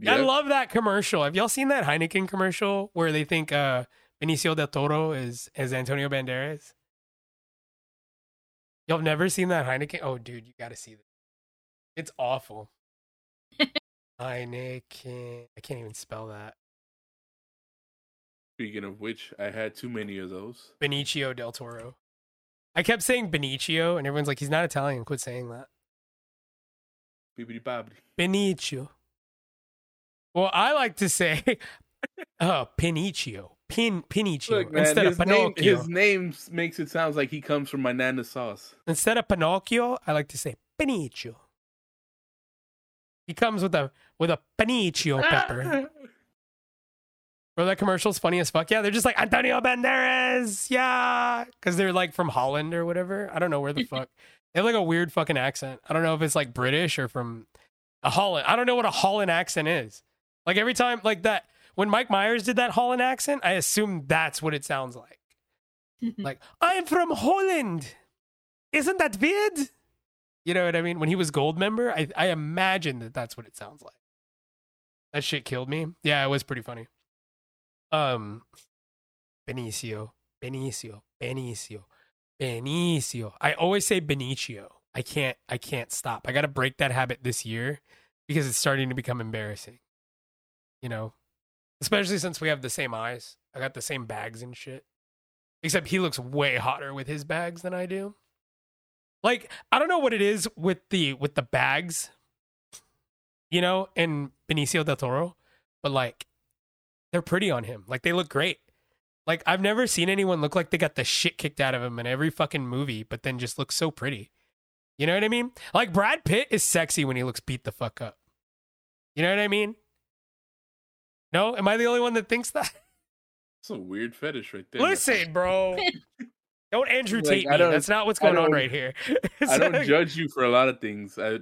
Speaker 1: I
Speaker 2: Yep.
Speaker 1: love that commercial. Have y'all seen that Heineken commercial where they think uh, Benicio del Toro is is Antonio Banderas? Y'all have never seen that Heineken? Oh, dude, you got to see this. It's awful. Heineken. I can't even spell that.
Speaker 2: Speaking of which, I had too many of those.
Speaker 1: Benicio del Toro. I kept saying Benicio, and everyone's like, he's not Italian. Quit saying that.
Speaker 2: Bibbidi bobbidi.
Speaker 1: Benicio. Well, I like to say, uh, Pinicio. Pin, Pinicio.
Speaker 2: Look, man,
Speaker 1: Instead of
Speaker 2: his, name,
Speaker 1: Pinocchio.
Speaker 2: his name s- makes it sound like he comes from my nana sauce.
Speaker 1: Instead of Pinocchio, I like to say Pinicio. He comes with a with a Pinicio
Speaker 2: Ah!
Speaker 1: pepper. Bro, that commercial's funny as fuck. Yeah, they're just like Antonio Banderas. Yeah, because they're like from Holland or whatever. I don't know where the fuck. They have like a weird fucking accent. I don't know if it's like British or from a Holland. I don't know what a Holland accent is. Like every time, like that when Mike Myers did that Holland accent, I assume that's what it sounds like. Like, I'm from Holland. Isn't that weird? You know what I mean? When he was gold member, I, I imagine that that's what it sounds like. That shit killed me. Yeah, it was pretty funny. Um, Benicio, Benicio, Benicio, Benicio. I always say Benicio. I can't, I can't stop. I got to break that habit this year because it's starting to become embarrassing. You know, especially since we have the same eyes. I got the same bags and shit. Except he looks way hotter with his bags than I do. Like I don't know what it is with the with the bags, you know, and Benicio del Toro, but like they're pretty on him. Like they look great. Like I've never seen anyone look like they got the shit kicked out of him in every fucking movie, but then just look so pretty. You know what I mean? Like Brad Pitt is sexy when he looks beat the fuck up. You know what I mean? No, am I the only one that thinks that?
Speaker 2: It's a weird fetish right there.
Speaker 1: Listen, bro. Don't Andrew
Speaker 2: Like,
Speaker 1: Tate
Speaker 2: I
Speaker 1: me.
Speaker 2: don't-
Speaker 1: That's not what's
Speaker 2: I
Speaker 1: going on
Speaker 2: don't-
Speaker 1: right here.
Speaker 2: I don't
Speaker 1: It's-
Speaker 2: judge you for a lot of things. I,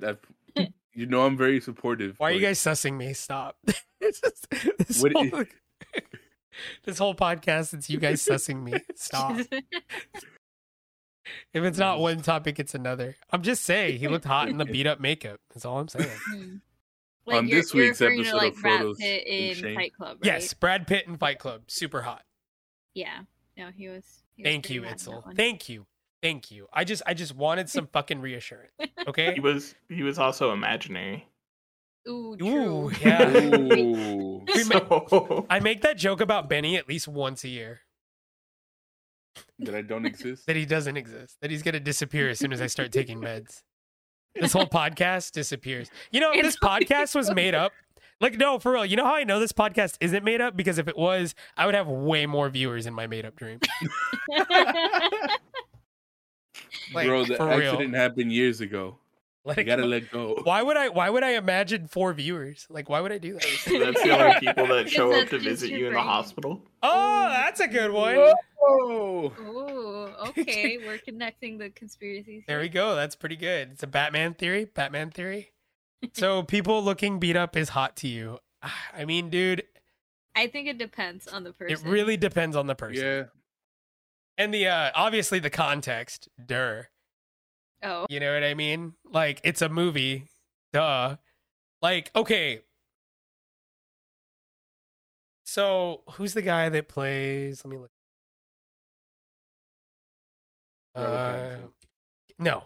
Speaker 2: I you know, I'm very supportive.
Speaker 1: Why are you
Speaker 2: but
Speaker 1: guys sussing me? Stop. It's just- this,
Speaker 2: What i-
Speaker 1: whole, this whole podcast, it's you guys sussing me. Stop. If it's not one topic, it's another. I'm just saying he looked hot in the beat up makeup. That's all I'm saying.
Speaker 3: Mhm. Like
Speaker 2: On
Speaker 3: you're,
Speaker 2: this
Speaker 3: you're
Speaker 2: week's
Speaker 3: referring to
Speaker 2: episode
Speaker 3: like
Speaker 2: of
Speaker 3: Brad
Speaker 2: Photos
Speaker 3: Pitt
Speaker 2: in
Speaker 3: in
Speaker 2: Shame.
Speaker 3: Fight Club, right?
Speaker 1: Yes, Brad Pitt in Fight Club, super hot.
Speaker 3: Yeah. No, he was. He was
Speaker 1: Thank
Speaker 3: pretty
Speaker 1: you,
Speaker 3: hot in that
Speaker 1: Itzel.
Speaker 3: one.
Speaker 1: Thank you. Thank you. I just I just wanted some fucking reassurance.
Speaker 4: He
Speaker 1: Okay?
Speaker 4: was he was also imaginary.
Speaker 3: Ooh,
Speaker 1: Ooh,
Speaker 3: true.
Speaker 1: yeah.
Speaker 2: Ooh.
Speaker 1: We ma-
Speaker 4: So
Speaker 1: I make that joke about Benny at least once a year
Speaker 2: that I don't exist.
Speaker 1: that he doesn't exist, that he's going to disappear as soon as I start taking meds. This whole podcast disappears. You know, this
Speaker 3: It's like-
Speaker 1: podcast was made up. Like, no, for real. You know how I know this podcast isn't made up? Because if it was, I would have way more viewers in my made up dream. Like,
Speaker 2: Bro, the
Speaker 1: for real.
Speaker 2: accident happened years ago.
Speaker 1: Let
Speaker 2: I
Speaker 1: it
Speaker 2: gotta
Speaker 1: go.
Speaker 2: let go.
Speaker 1: Why would I why would I imagine four viewers? Like why would I do that?
Speaker 4: that's the only people that show
Speaker 3: Because
Speaker 4: up to
Speaker 3: that's just
Speaker 4: visit
Speaker 3: your
Speaker 4: you in the
Speaker 3: brain.
Speaker 4: hospital.
Speaker 1: Oh, that's a good one.
Speaker 2: Whoa.
Speaker 3: Ooh, okay. We're connecting the conspiracies.
Speaker 1: There we
Speaker 3: here.
Speaker 1: go. That's pretty good. It's a Batman theory. Batman theory. So people looking beat up is hot to you. Ah, I mean, dude,
Speaker 3: I think it depends on the person.
Speaker 1: it really depends on the person
Speaker 2: Yeah.
Speaker 1: and the uh, obviously the context. Duh.
Speaker 3: Oh,
Speaker 1: You know what I mean? Like it's a movie. Duh. Like okay. So who's the guy that plays? Let me look.
Speaker 2: Robert
Speaker 1: Uh,
Speaker 2: Pattinson.
Speaker 1: no,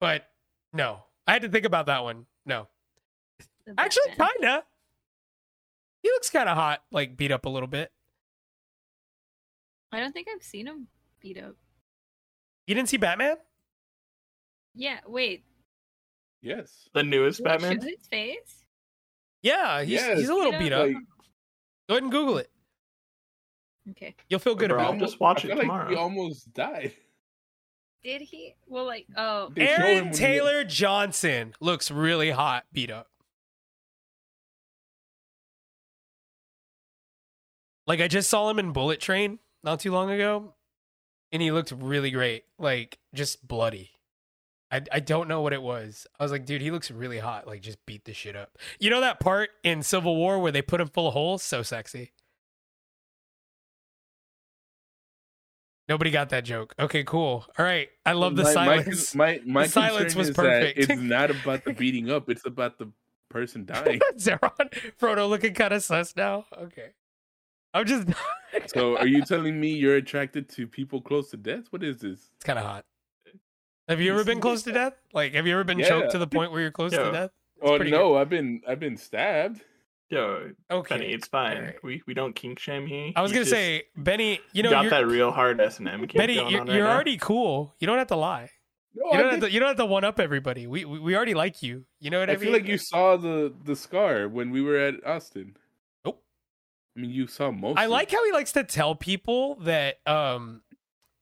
Speaker 1: but no. I had to think about that one. No,
Speaker 3: the
Speaker 1: actually,
Speaker 3: Batman.
Speaker 1: kinda. He looks kind of hot, like beat up a little bit.
Speaker 3: I don't think I've seen him beat up.
Speaker 1: You didn't see Batman?
Speaker 3: Yeah. Wait.
Speaker 2: Yes.
Speaker 4: The newest
Speaker 3: did they
Speaker 4: Batman.
Speaker 3: Show his face.
Speaker 1: Yeah, Uh, he's
Speaker 2: Yes,
Speaker 1: he's a little
Speaker 3: beat
Speaker 1: beat
Speaker 3: up.
Speaker 1: up.
Speaker 2: Like,
Speaker 1: Go ahead and Google it.
Speaker 3: Okay.
Speaker 1: You'll feel good
Speaker 4: Bro,
Speaker 1: about
Speaker 4: I'll
Speaker 1: it.
Speaker 4: just
Speaker 2: I
Speaker 4: watch it
Speaker 2: feel like
Speaker 4: tomorrow.
Speaker 2: He almost died.
Speaker 3: Did he? Well, like, oh,
Speaker 2: They show him
Speaker 1: Aaron
Speaker 2: when he-
Speaker 1: Taylor Johnson looks really hot, beat up. Like I just saw him in Bullet Train not too long ago, and he looked really great, like just bloody. I I don't know what it was. I was like, dude, he looks really hot. Like just beat the shit up. You know that part in Civil War where they put him full of holes? So sexy. Nobody got that joke. Okay, cool. All right. I love the
Speaker 2: my, my con-
Speaker 1: silence.
Speaker 2: My, my,
Speaker 1: The silence
Speaker 2: concern
Speaker 1: was
Speaker 2: is
Speaker 1: perfect.
Speaker 2: That it's not about the beating up. It's about the person dying.
Speaker 1: Zeron, Frodo looking kind of sus now. Okay, I'm just. it's
Speaker 2: so, are you telling me you're attracted to people close to death? What is this?
Speaker 1: kind of hot. Have you
Speaker 2: You
Speaker 1: ever
Speaker 2: see
Speaker 1: been close to death? Like, have you ever been choked
Speaker 2: Yeah.
Speaker 1: to the point where you're close to
Speaker 4: Yeah.
Speaker 1: death? It's
Speaker 2: Oh no,
Speaker 1: pretty
Speaker 2: I've been I've been stabbed.
Speaker 4: Yo,
Speaker 1: good. Okay.
Speaker 4: Benny, it's fine.
Speaker 1: Alright.
Speaker 4: We we don't kink shame here.
Speaker 1: I was
Speaker 4: You
Speaker 1: gonna
Speaker 4: just
Speaker 1: say, Benny. You know,
Speaker 4: got
Speaker 1: you're,
Speaker 4: that real hard S and M.
Speaker 1: Benny, you're, you're already cool. You don't have to lie.
Speaker 2: No,
Speaker 1: You don't
Speaker 2: I,
Speaker 1: have
Speaker 2: did-
Speaker 1: to. You don't have to one up everybody. We, we we already like you. You know what I,
Speaker 2: I
Speaker 1: mean?
Speaker 2: feel like you saw the the scar when we were at Austin.
Speaker 1: Nope.
Speaker 2: I mean, you saw most.
Speaker 1: I
Speaker 2: of
Speaker 1: like
Speaker 2: it.
Speaker 1: how he likes to tell people that um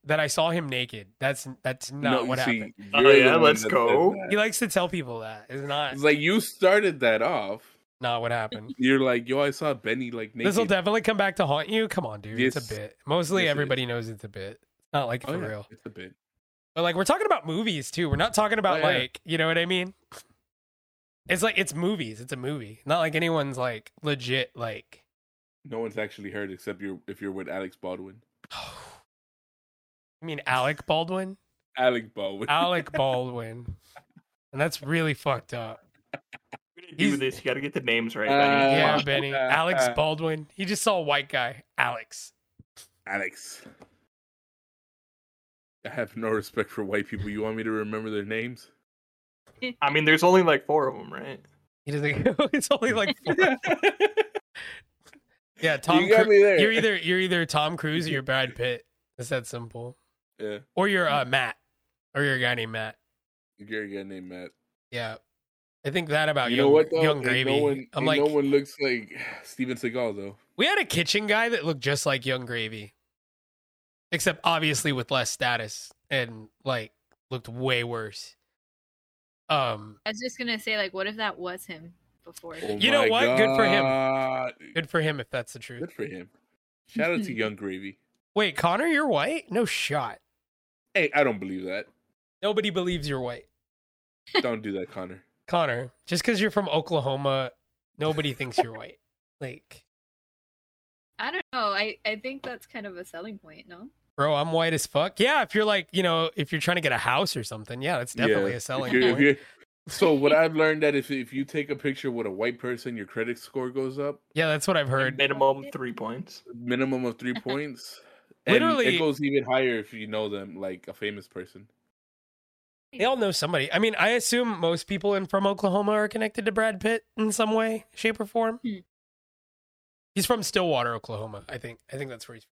Speaker 1: that I saw him naked. That's that's not
Speaker 2: you
Speaker 1: what
Speaker 2: see,
Speaker 1: happened.
Speaker 2: you're
Speaker 4: Oh,
Speaker 2: the
Speaker 4: yeah,
Speaker 2: one
Speaker 4: let's
Speaker 2: that said
Speaker 4: go.
Speaker 2: that.
Speaker 1: He likes to tell people that. It's not
Speaker 2: It's like you started that off.
Speaker 1: not what happened.
Speaker 2: You're like, yo, I saw Benny like naked.
Speaker 1: This will definitely come back to haunt you. Come on, dude. It's
Speaker 2: Yes.
Speaker 1: a bit. Mostly
Speaker 2: Yes, it
Speaker 1: everybody knows it's a bit. It's not like
Speaker 2: Oh,
Speaker 1: for
Speaker 2: yeah,
Speaker 1: real.
Speaker 2: It's a bit.
Speaker 1: But like we're talking about movies too. We're not talking about
Speaker 2: Oh, yeah.
Speaker 1: like, you know what I mean? It's like it's movies. It's a movie. Not like anyone's like legit like
Speaker 2: No one's actually heard except you're if you're with Alex Baldwin.
Speaker 1: I mean Alec Baldwin?
Speaker 2: Alex Baldwin.
Speaker 1: Alec Baldwin. And that's really fucked up.
Speaker 4: Do
Speaker 1: he's-
Speaker 4: this. You gotta get the names right.
Speaker 2: Uh,
Speaker 4: Benny.
Speaker 1: Yeah,
Speaker 2: Uh,
Speaker 1: Benny.
Speaker 2: uh,
Speaker 1: Alex
Speaker 2: uh.
Speaker 1: Baldwin. He just saw a white guy. Alex.
Speaker 2: Alex. I have no respect for white people. You want me to remember their names?
Speaker 4: I mean, there's only like four of them, right?
Speaker 1: He doesn't. It's only like four. yeah. Tom.
Speaker 2: you got
Speaker 1: Cru-
Speaker 2: me there.
Speaker 1: You're either you're either Tom Cruise or you're Brad Pitt. It's that simple.
Speaker 2: yeah,
Speaker 1: Or you're uh, Matt, or you're a guy named Matt.
Speaker 2: Gary got named Matt.
Speaker 1: Yeah, I think that about
Speaker 2: you
Speaker 1: young,
Speaker 2: know what though?
Speaker 1: young
Speaker 2: Ain't
Speaker 1: Gravy.
Speaker 2: No one,
Speaker 1: I'm
Speaker 2: ain't
Speaker 1: like,
Speaker 2: no one looks like Steven Seagal though.
Speaker 1: we had a kitchen guy that looked just like Young Gravy, except obviously with less status and like looked way worse. Um,
Speaker 3: I was just gonna say, like, what if that was him before?
Speaker 2: Oh
Speaker 1: You know
Speaker 2: my
Speaker 1: what? Good for him.
Speaker 2: God.
Speaker 1: good for him if that's the truth.
Speaker 2: Good for him. Shout out to Young Gravy.
Speaker 1: Wait, Connor, you're white? No shot.
Speaker 2: Hey, I don't believe that.
Speaker 1: Nobody believes you're white,
Speaker 2: Don't do that, Connor.
Speaker 1: Connor. Just because you're from Oklahoma, nobody thinks you're white. Like.
Speaker 3: I don't know. I I think that's kind of a selling point. No.
Speaker 1: Bro, I'm white as fuck. Yeah, if you're like, you know, if you're trying to get a house or something, yeah, that's definitely
Speaker 2: Yeah.
Speaker 1: a selling
Speaker 2: If you're,
Speaker 1: point.
Speaker 2: if you're, So what I've learned that if if you take a picture with a white person, your credit score goes up
Speaker 1: Yeah, that's what I've heard.
Speaker 4: Minimum three points.
Speaker 2: minimum of three points. And
Speaker 1: Literally-
Speaker 2: it goes even higher if you know them, like a famous person.
Speaker 1: They all know somebody. I mean, I assume most people in from Oklahoma are connected to Brad Pitt in some way, shape, or form.
Speaker 3: Hmm.
Speaker 1: He's from Stillwater, Oklahoma. I think. I think that's where he's.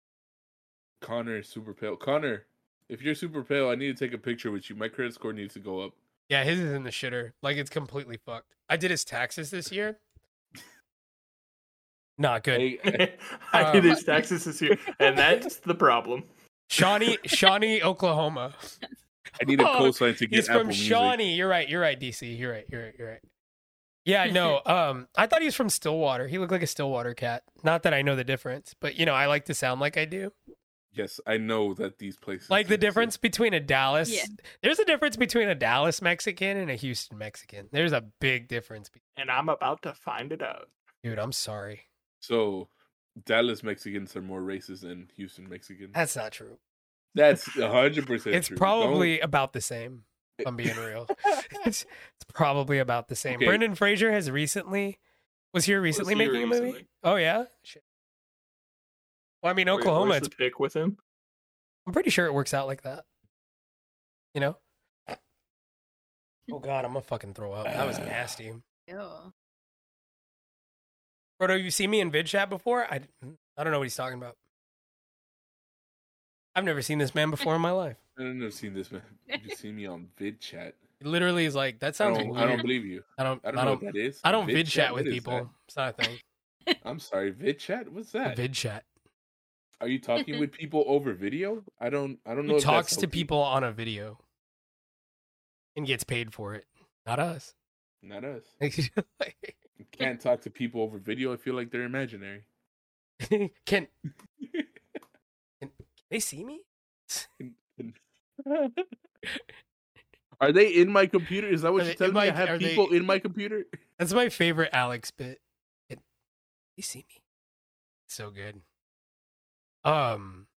Speaker 2: Connor is super pale. Connor, if you're super pale, I need to take a picture with you. My credit score needs to go up.
Speaker 1: Yeah, his is in the shitter. Like it's completely fucked. I did his taxes this year. Not good.
Speaker 2: I-
Speaker 4: I did
Speaker 1: Um,
Speaker 4: his taxes this year, and that's the problem.
Speaker 1: Shawnee, Shawnee, Oklahoma.
Speaker 2: I need a
Speaker 1: Oh,
Speaker 2: cosign to get
Speaker 1: He's
Speaker 2: Apple
Speaker 1: from
Speaker 2: Music.
Speaker 1: Shawnee. You're right. You're right, DC. You're right. You're right. You're right. Yeah, no. Um, I thought he was from Stillwater. He looked like a Stillwater cat. Not that I know the difference, but you know, I like to sound like I do.
Speaker 2: Yes, I know that these places
Speaker 1: Like the
Speaker 2: exist.
Speaker 1: difference between a Dallas.
Speaker 3: Yeah.
Speaker 1: There's a difference between a Dallas Mexican and a Houston Mexican. There's a big difference. be-
Speaker 4: And I'm about to find it out.
Speaker 1: Dude, I'm sorry.
Speaker 2: So Dallas Mexicans are more racist than Houston Mexicans.
Speaker 1: That's not true.
Speaker 2: That's hundred percent.
Speaker 1: it's probably about the same. If I'm being real. it's, it's probably about the same.
Speaker 2: Okay.
Speaker 1: Brendan Fraser has recently was here recently
Speaker 4: here
Speaker 1: making a movie.
Speaker 4: recently.
Speaker 1: Oh yeah. Shit. Well, I mean Oklahoma.
Speaker 4: Where's
Speaker 1: It's,
Speaker 4: the pick with him.
Speaker 1: I'm pretty sure it works out like that. You know. Oh god, I'm gonna fucking throw up. That was
Speaker 2: Uh.
Speaker 1: nasty.
Speaker 3: Ew.
Speaker 1: Proto, you seen me in vid chat before? I mm, I don't know what he's talking about. I've never seen this man before in my life.
Speaker 2: I don't know if you've seen this man. You see me on vid chat.
Speaker 1: He literally is like that
Speaker 2: I
Speaker 1: sounds
Speaker 2: don't,
Speaker 1: weird.
Speaker 2: I don't believe you.
Speaker 1: I don't.
Speaker 2: I don't know what that is.
Speaker 1: I don't vid chat with
Speaker 2: What is
Speaker 1: people. It's not a thing.
Speaker 2: that? I'm sorry, vid chat. What's that?
Speaker 1: Vid chat.
Speaker 2: Are you talking with people over video? I don't. I don't know.
Speaker 1: Who
Speaker 2: if that's
Speaker 1: talks to
Speaker 2: something-
Speaker 1: people on a video and gets paid for it? Not us.
Speaker 2: Not us.
Speaker 1: Can
Speaker 2: You can't talk to people over video. I feel like they're imaginary.
Speaker 1: can they see me?
Speaker 2: Are they in my computer? Is that
Speaker 1: Are
Speaker 2: what
Speaker 1: they
Speaker 2: you're
Speaker 1: in
Speaker 2: telling
Speaker 1: my-
Speaker 2: me? I
Speaker 1: are
Speaker 2: have
Speaker 1: they-
Speaker 2: people in my computer.
Speaker 1: That's my favorite Alex bit. Can they see me? So good. Um.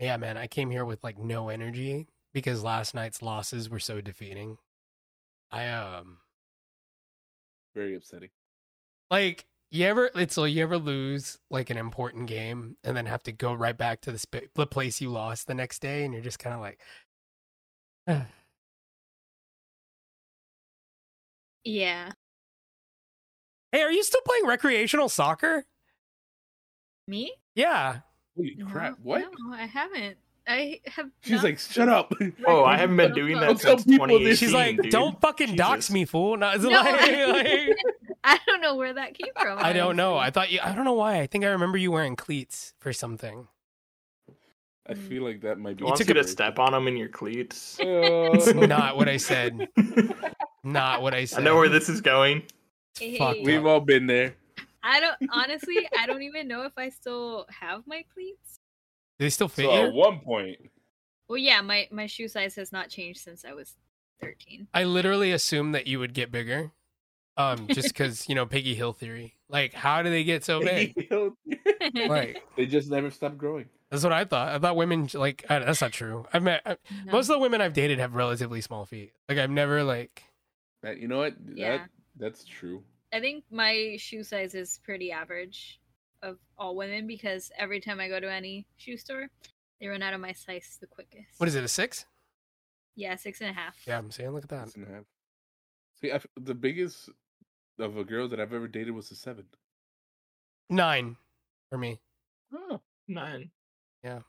Speaker 1: Yeah, man, I came here with like no energy because last night's losses were so defeating. I um.
Speaker 2: Very upsetting.
Speaker 1: like you ever it's like you ever lose like an important game and then have to go right back to the, sp- the place you lost the next day and you're just kind of like
Speaker 3: Yeah.
Speaker 1: hey are you still playing recreational soccer
Speaker 3: Me?
Speaker 1: yeah
Speaker 2: Holy
Speaker 3: No,
Speaker 2: crap! What?
Speaker 3: No, I haven't. I have.
Speaker 2: She's
Speaker 3: not-
Speaker 2: like, shut up.
Speaker 4: Oh, I haven't been doing that
Speaker 2: Don't tell
Speaker 4: since
Speaker 2: people this.
Speaker 4: 2018.
Speaker 1: she's like
Speaker 4: dude.
Speaker 1: don't fucking dox
Speaker 4: Jesus.
Speaker 1: me fool no, it's
Speaker 3: No,
Speaker 1: like-
Speaker 3: I-
Speaker 1: like-
Speaker 3: I don't know where that came from.
Speaker 1: i don't know i
Speaker 3: honestly.
Speaker 1: thought you i don't know why i think i remember you wearing cleats for something
Speaker 2: I feel like that might be. Oh.
Speaker 4: You want
Speaker 1: took
Speaker 4: you
Speaker 1: a-
Speaker 4: to step on him in your cleats?
Speaker 2: It's
Speaker 1: not what I said.
Speaker 4: I
Speaker 1: not what i said
Speaker 4: know where this is going.
Speaker 1: It's fucked
Speaker 2: We've
Speaker 1: up.
Speaker 2: all been there.
Speaker 3: I don't. Honestly, I don't even know if I still have my cleats.
Speaker 1: Do they still fit
Speaker 2: So
Speaker 4: uh,
Speaker 1: you
Speaker 2: at one point,
Speaker 3: Well, yeah, my my shoe size has not changed since I was thirteen.
Speaker 1: I literally assumed that you would get bigger. Um, just because, you know, Piggy Hill theory. Like, how do they get so big? Like,
Speaker 2: they just never stop growing.
Speaker 1: that's what I thought. I thought women, like, I, that's not true. I've met I,
Speaker 3: No.
Speaker 1: most of the women I've dated have relatively small feet. Like, I've never, like,
Speaker 2: That, you know what?
Speaker 3: Yeah.
Speaker 2: That that's true.
Speaker 3: I think my shoe size is pretty average of all women because every time I go to any shoe store, they run out of my size the quickest.
Speaker 1: what is it, a six?
Speaker 3: Yeah, six and a half.
Speaker 1: Yeah, I'm saying, look at that.
Speaker 2: Six and a half. See, I, the biggest of a girl that I've ever dated was a seven.
Speaker 1: Nine for me.
Speaker 2: Oh,
Speaker 4: Nine.
Speaker 1: Yeah.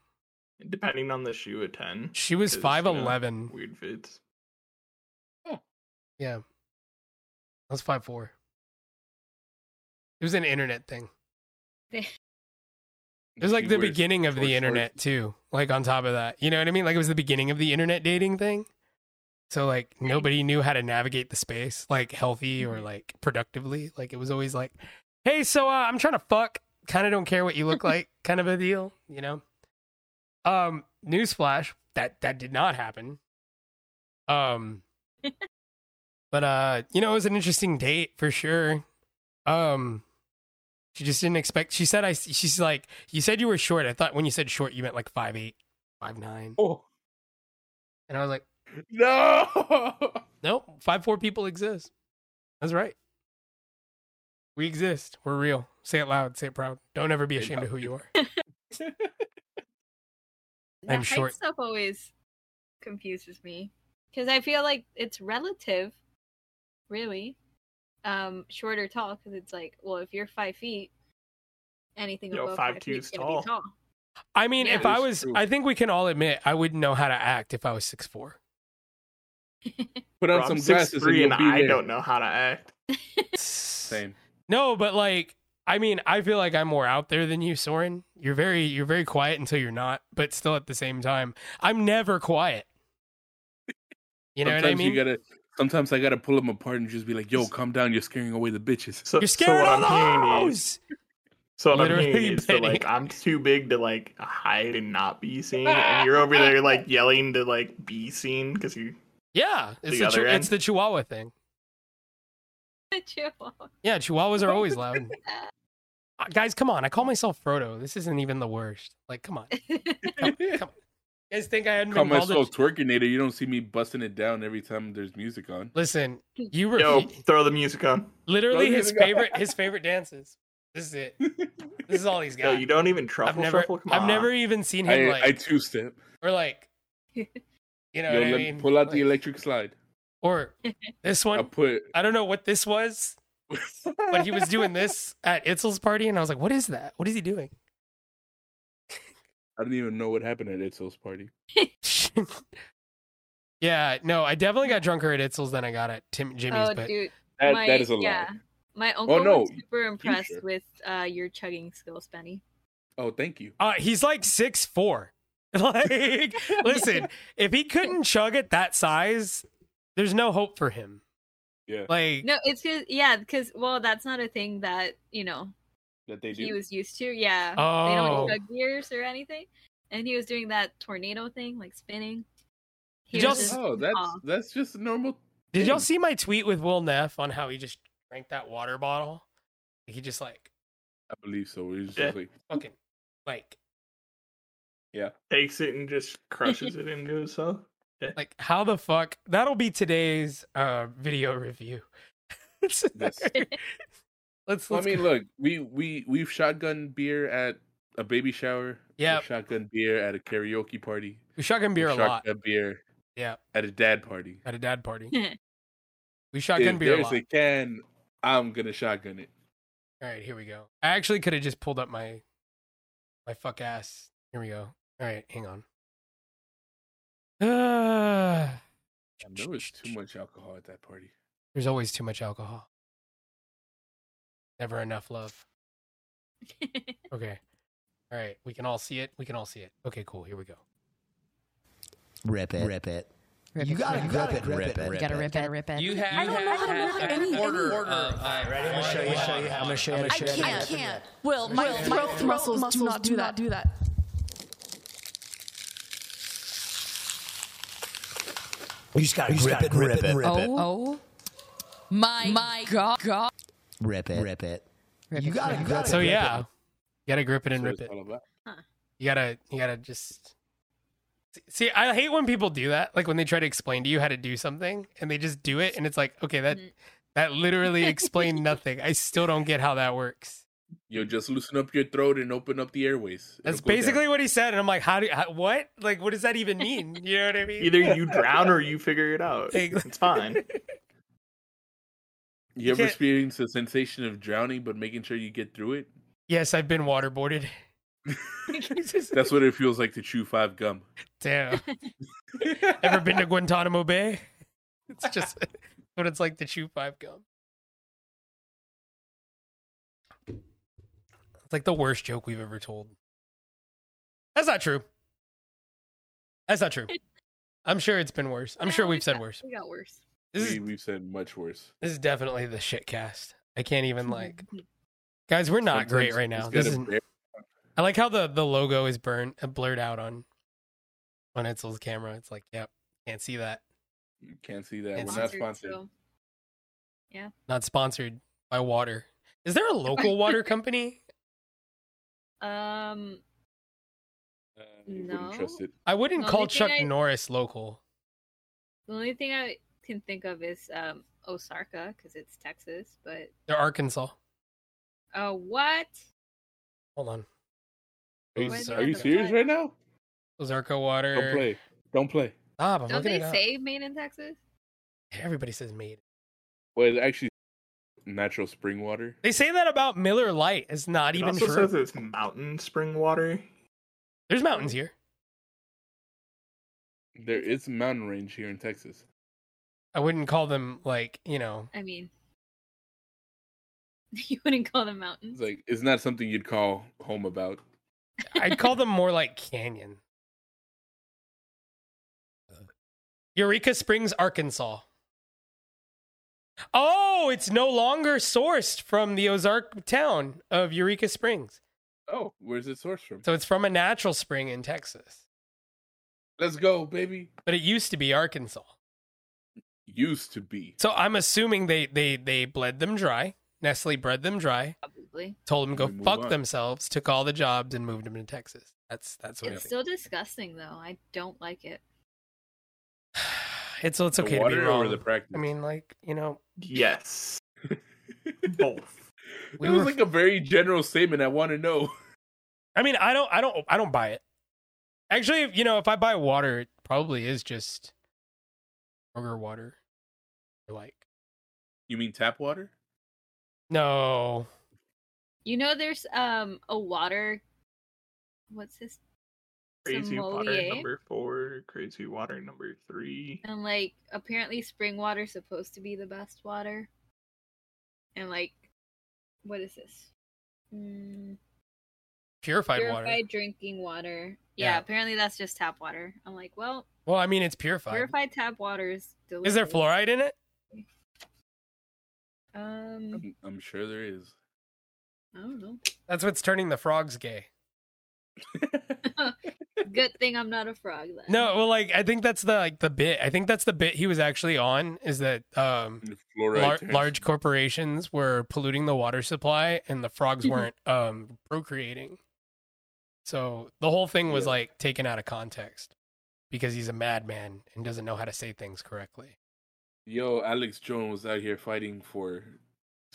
Speaker 4: Depending on the shoe, a ten.
Speaker 1: She was
Speaker 4: 'Cause, you know,
Speaker 1: 5'11.
Speaker 4: Weird fits.
Speaker 1: Yeah. I was 5'4. It was an internet thing. It was like the beginning of the internet too. Like on top of that, you know what I mean? Like it was the beginning of the internet dating thing. So like nobody knew how to navigate the space like healthy or
Speaker 4: Mm-hmm.
Speaker 3: Mhm.
Speaker 1: like productively. Like it was always like, "Hey, so uh, I'm trying to fuck. Kind of don't care what you look like." kind of a deal, you know. Um, newsflash that that did not happen. Um, but uh, you know, it was an interesting date for sure. Um, she just didn't expect. She said, "I." She's like, "You said you were short. I thought when you said short, you meant like five eight, five nine.
Speaker 2: Oh,
Speaker 1: And I was like,
Speaker 2: No.
Speaker 1: Nope. Five four people exist. That's right. We exist. We're real. Say it loud. Say it proud. Don't ever be
Speaker 2: Say it
Speaker 1: ashamed of who
Speaker 2: loud.
Speaker 1: you are.
Speaker 3: The
Speaker 1: I'm
Speaker 3: height
Speaker 1: short.
Speaker 3: stuff always confuses me because I feel like it's relative, really. Um, short or tall, because it's like, well, if you're five feet, anything
Speaker 4: Yo,
Speaker 3: above
Speaker 4: five
Speaker 3: five,
Speaker 4: two
Speaker 3: feet
Speaker 4: is
Speaker 3: is gonna be
Speaker 4: tall.
Speaker 3: tall.
Speaker 1: I mean,
Speaker 3: Yeah.
Speaker 1: if I
Speaker 2: It's
Speaker 1: was,
Speaker 2: true.
Speaker 1: I think we can all admit I wouldn't know how to act if I was six four.
Speaker 2: Put on
Speaker 4: Bro, I'm
Speaker 2: some
Speaker 4: 6'3"
Speaker 2: glasses and you'll
Speaker 4: and
Speaker 2: be
Speaker 4: I
Speaker 2: there.
Speaker 4: don't know how to act.
Speaker 2: Same.
Speaker 1: No, but like, I mean, I feel like I'm more out there than you, Soren. You're very, you're very quiet until you're not, but still at the same time, I'm never quiet. You know
Speaker 2: sometimes
Speaker 1: what I mean?
Speaker 2: You gotta. Sometimes I gotta pull them apart and just be like, "Yo, calm down. You're scaring away the bitches."
Speaker 4: So,
Speaker 1: You're
Speaker 4: so
Speaker 1: scared of
Speaker 4: what I'm hearing is-
Speaker 1: those.
Speaker 4: So what I'm
Speaker 1: Literally,
Speaker 4: hearing is that
Speaker 1: Benny.
Speaker 4: like I'm too big to like hide and not be seen, and you're over there like yelling to like be seen because you.
Speaker 1: Yeah, it's
Speaker 4: The
Speaker 1: the,
Speaker 4: other
Speaker 1: chi- it's
Speaker 4: end?
Speaker 1: the Chihuahua thing.
Speaker 3: Chill.
Speaker 1: Yeah, Chihuahuas are always loud. Uh, Guys, come on! I call myself Frodo. This isn't even the worst. Like, come on! You guys think I hadn't
Speaker 2: Call
Speaker 1: been called? A...
Speaker 2: myself twerkinator. You don't see me busting it down every time there's music on.
Speaker 1: Listen, you were
Speaker 4: Yo, throw the music on.
Speaker 1: literally
Speaker 2: Throw
Speaker 1: his
Speaker 2: the music on.
Speaker 1: favorite. His favorite dances. This is it. This is all he's
Speaker 4: Yo,
Speaker 1: got.
Speaker 4: you don't even
Speaker 1: I've
Speaker 4: truffle
Speaker 1: never,
Speaker 4: shuffle. Come
Speaker 1: I've
Speaker 4: on.
Speaker 1: never even seen him
Speaker 2: I,
Speaker 1: like
Speaker 2: I two step.
Speaker 1: or like you know
Speaker 2: Yo,
Speaker 1: what I
Speaker 2: let me
Speaker 1: mean?
Speaker 2: pull out the
Speaker 1: Like,
Speaker 2: electric slide.
Speaker 1: or this
Speaker 2: I
Speaker 1: one
Speaker 2: put.
Speaker 1: I don't know what this was but he was doing this at Itzel's party and I was like what is that what is he doing
Speaker 2: I didn't even know what happened at Itzel's party.
Speaker 1: yeah no I definitely got drunker at Itzel's than I got at Tim Jimmy's
Speaker 3: oh,
Speaker 1: but
Speaker 3: dude,
Speaker 2: That
Speaker 3: my,
Speaker 2: that is a lie.
Speaker 3: yeah. My uncle
Speaker 2: no,
Speaker 3: was super impressed
Speaker 2: sure.
Speaker 3: with uh, your chugging skills, Benny.
Speaker 2: Oh, thank you.
Speaker 1: uh, he's like six four like listen if he couldn't chug at that size there's no hope for him
Speaker 2: Yeah.
Speaker 1: like
Speaker 3: No, it's because yeah, because well, that's not a thing that you know
Speaker 2: That they
Speaker 3: he
Speaker 2: do.
Speaker 3: was used to. Yeah, they
Speaker 1: Oh.
Speaker 3: don't chug gears or anything, and he was doing that tornado thing, like spinning. He was
Speaker 1: Just-
Speaker 2: oh, that's
Speaker 3: aw.
Speaker 2: that's just normal.
Speaker 1: Did y'all
Speaker 2: Dude.
Speaker 1: see my tweet with Will Neff on how he just drank that water bottle? He just like
Speaker 2: I believe so. It's just
Speaker 4: Yeah.
Speaker 2: like
Speaker 1: fucking like
Speaker 4: takes it and just crushes it into himself.
Speaker 1: like how the fuck that'll be today's uh video review. let's
Speaker 2: Yes.
Speaker 1: let's
Speaker 2: Well, I mean, look, we we we've shotgun beer at a baby shower. we've
Speaker 1: Yep.
Speaker 2: shotgun beer at a karaoke party.
Speaker 1: we shotgun beer a
Speaker 2: we've
Speaker 1: lot.
Speaker 2: shotgun beer
Speaker 1: Yeah,
Speaker 2: at a dad party.
Speaker 1: at a dad party. We
Speaker 2: If
Speaker 1: shotgun beer a
Speaker 2: there's
Speaker 1: lot.
Speaker 2: a can, I'm gonna shotgun it.
Speaker 1: All right, here we go. I actually could have just pulled up my my fuck ass. Here we go. All right, hang on. Uh,
Speaker 2: There was too much alcohol at that party.
Speaker 1: there's always too much alcohol. Never enough love. Okay. All right. We can all see it. We can all see it. Okay, cool. Here we go.
Speaker 5: Rip it. Rip it. You gotta rip it. Rip it.
Speaker 6: You gotta rip it, rip it.
Speaker 7: You have. I don't know how to look at any order. of uh, five.
Speaker 5: Ready? I'm gonna show you. Show you how. I'm gonna show you. how to
Speaker 6: I
Speaker 5: show you how to
Speaker 6: can't.
Speaker 5: rip it.
Speaker 6: Will, my throat, muscles, do not do that. Do that.
Speaker 5: You just gotta rip it. Rip it. Rip it.
Speaker 6: Oh. My, my God. God.
Speaker 5: Rip it. Rip it.
Speaker 6: Rip
Speaker 5: You
Speaker 6: it,
Speaker 5: gotta.
Speaker 6: rip
Speaker 5: you
Speaker 6: it.
Speaker 5: gotta
Speaker 1: So
Speaker 5: rip it.
Speaker 1: yeah, you gotta grip it and
Speaker 2: So
Speaker 1: rip
Speaker 2: it's
Speaker 1: it.
Speaker 2: all about-
Speaker 1: You gotta you gotta just see. I hate when people do that. Like when they try to explain to you how to do something and they just do it, and it's like, okay,
Speaker 7: Mm-hmm.
Speaker 1: that
Speaker 3: Mhm.
Speaker 1: that literally explained nothing. I still don't get how that works.
Speaker 2: Yo, just loosen up your throat and open up the airways.
Speaker 1: That's
Speaker 2: It'll go down.
Speaker 1: basically what he said, and I'm like, how do how, what? Like, what does that even mean? You know what I mean?
Speaker 4: Either you drown or you figure it out.
Speaker 1: Ex-
Speaker 4: It's fine.
Speaker 2: You ever
Speaker 1: can't-
Speaker 2: experience the sensation of drowning, but making sure you get through it?
Speaker 1: Yes, I've been waterboarded.
Speaker 2: That's what it feels like to chew five gum.
Speaker 1: Damn. Ever been to Guantanamo Bay? It's just what it's like to chew five gum. It's like the worst joke we've ever told. That's not true. That's not true. I'm sure it's been worse. I'm sure
Speaker 3: No,
Speaker 1: we've said
Speaker 3: got-
Speaker 1: worse.
Speaker 3: We got worse.
Speaker 1: This is
Speaker 2: we, we've said much worse.
Speaker 1: this is definitely the shit cast. I can't
Speaker 3: Mm-hmm.
Speaker 1: even like guys, we're not great
Speaker 2: Sometimes
Speaker 1: right
Speaker 2: you
Speaker 1: now.
Speaker 2: just
Speaker 1: This
Speaker 2: gotta
Speaker 1: is
Speaker 2: bear-
Speaker 1: I like how the the logo is burnt uh, blurred out on on Itzel's camera. It's like, yep, can't see that.
Speaker 2: you can't see that.
Speaker 1: It's
Speaker 2: We're not
Speaker 3: Sponsored,
Speaker 2: sponsored.
Speaker 3: so-
Speaker 1: Not sponsored by water. Is there a local water company?
Speaker 3: Um,
Speaker 2: Uh, we wouldn't trust
Speaker 3: No.
Speaker 2: it.
Speaker 1: I wouldn't
Speaker 3: The
Speaker 1: call
Speaker 3: only thing
Speaker 1: Chuck
Speaker 3: I-
Speaker 1: Norris local.
Speaker 3: The only thing I can think of is um, Osaka because it's Texas. But
Speaker 1: They're Arkansas.
Speaker 3: uh, what?
Speaker 1: Hold on.
Speaker 2: Are you,
Speaker 3: Why do
Speaker 2: are
Speaker 3: you
Speaker 2: you
Speaker 3: have to
Speaker 2: serious
Speaker 3: play?
Speaker 2: right now?
Speaker 1: Ozarka
Speaker 2: Don't
Speaker 1: water.
Speaker 2: play. Don't play.
Speaker 1: Stop, I'm
Speaker 3: Don't
Speaker 1: looking
Speaker 3: they
Speaker 1: it up.
Speaker 3: say made in Texas?
Speaker 1: Everybody says made.
Speaker 2: Well, it's actually natural spring water.
Speaker 1: They say that about Miller Light. It's not
Speaker 4: It
Speaker 1: even
Speaker 4: also
Speaker 1: true.
Speaker 4: says it's mountain spring water.
Speaker 1: There's mountains here.
Speaker 2: There is a mountain range here in Texas.
Speaker 1: I wouldn't call them like you know.
Speaker 3: I mean, you wouldn't call them
Speaker 2: It's
Speaker 3: mountains.
Speaker 2: like it's not something you'd call home about.
Speaker 1: I'd call them more like canyon. Eureka Springs, Arkansas. Oh, it's no longer sourced from the Ozark town of Eureka Springs.
Speaker 2: Oh, where's it sourced from?
Speaker 1: So it's from a natural spring in Texas.
Speaker 2: Let's go, baby.
Speaker 1: But it used to be Arkansas.
Speaker 2: Used to be.
Speaker 1: So I'm assuming they they they bled them dry. Nestle bred them dry,
Speaker 3: Probably.
Speaker 1: told them go
Speaker 2: And we move
Speaker 1: fuck
Speaker 2: on.
Speaker 1: themselves, took all the jobs and moved them to Texas. That's that's what I
Speaker 3: It's
Speaker 1: think.
Speaker 3: still disgusting though. I don't like it.
Speaker 1: It's it's okay
Speaker 2: the
Speaker 1: to be
Speaker 2: water or
Speaker 1: wrong.
Speaker 2: the practice.
Speaker 1: I mean, like you know,
Speaker 4: Yes. Both.
Speaker 1: we
Speaker 2: it was
Speaker 1: were-
Speaker 2: like a very general statement. I want to know.
Speaker 1: I mean, I don't, I don't, I don't buy it. Actually, if- you know, if I buy water, it probably is just Kroger water. Or like,
Speaker 2: You mean tap water?
Speaker 1: no,
Speaker 3: You know, there's um a water. What's this?
Speaker 4: Crazy water
Speaker 3: Sommelier?
Speaker 4: number four, crazy water number three.
Speaker 3: And like apparently spring water's supposed to be the best water. And like what is this? Mm,
Speaker 1: purified,
Speaker 3: purified
Speaker 1: water.
Speaker 3: drinking water. Yeah,
Speaker 1: Yeah.
Speaker 3: apparently that's just tap water. I'm like, well,
Speaker 1: Well, I mean, it's purified.
Speaker 3: purified tap water is delicious.
Speaker 1: Is there fluoride in it?
Speaker 3: Um,
Speaker 2: I'm, I'm sure there is.
Speaker 3: I don't know.
Speaker 1: That's what's turning the frogs gay.
Speaker 3: Good thing I'm not a frog then.
Speaker 1: No, well, like I think that's the like the bit. I think that's the bit he was actually on. Is that um
Speaker 2: The fluoride
Speaker 1: lar-
Speaker 2: turns-
Speaker 1: large corporations were polluting the water supply and the frogs weren't um procreating. So the whole thing was
Speaker 2: Yeah.
Speaker 1: like taken out of context because he's a madman and doesn't know how to say things correctly.
Speaker 2: Yo, Alex Jones was out here fighting for